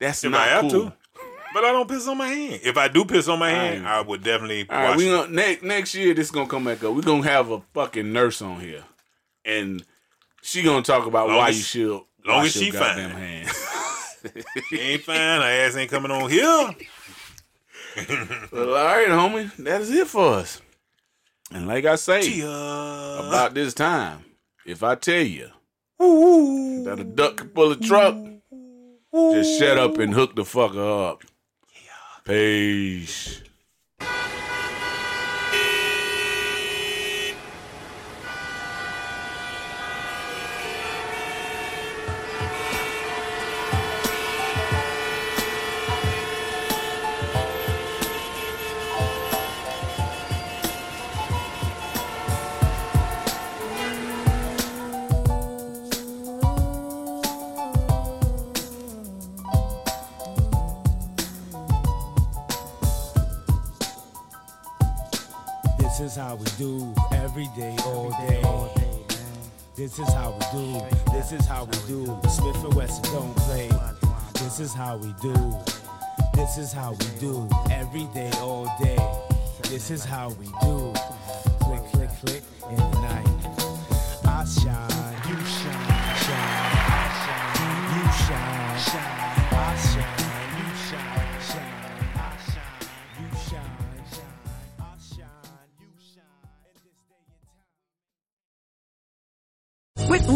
That's If not I have cool. to, but I don't piss on my hand. If I do piss on my hand, Alright. I would definitely All wash. right, we it. gonna, next next year this gonna come back up. We're gonna have a fucking nurse on here, and she gonna talk about Long why as- you should long wash as your she goddamn fine. hands. She ain't fine. Her ass ain't coming on here. well, all right, homie, that is it for us. And like I say, Tia. about this time, if I tell you that a duck can pull a truck, just shut up and hook the fucker up. Peace. This is how we do every day, all day. This is how we do. This is how we do. Smith and Wesson don't play. This is how we do. This is how we do every day, all day. This is how we do. Click, click, click in the night. I shine, you shine, shine. I shine, you shine, shine. I shine, you shine, shine. I shine, you shine, shine. I shine, you shine. With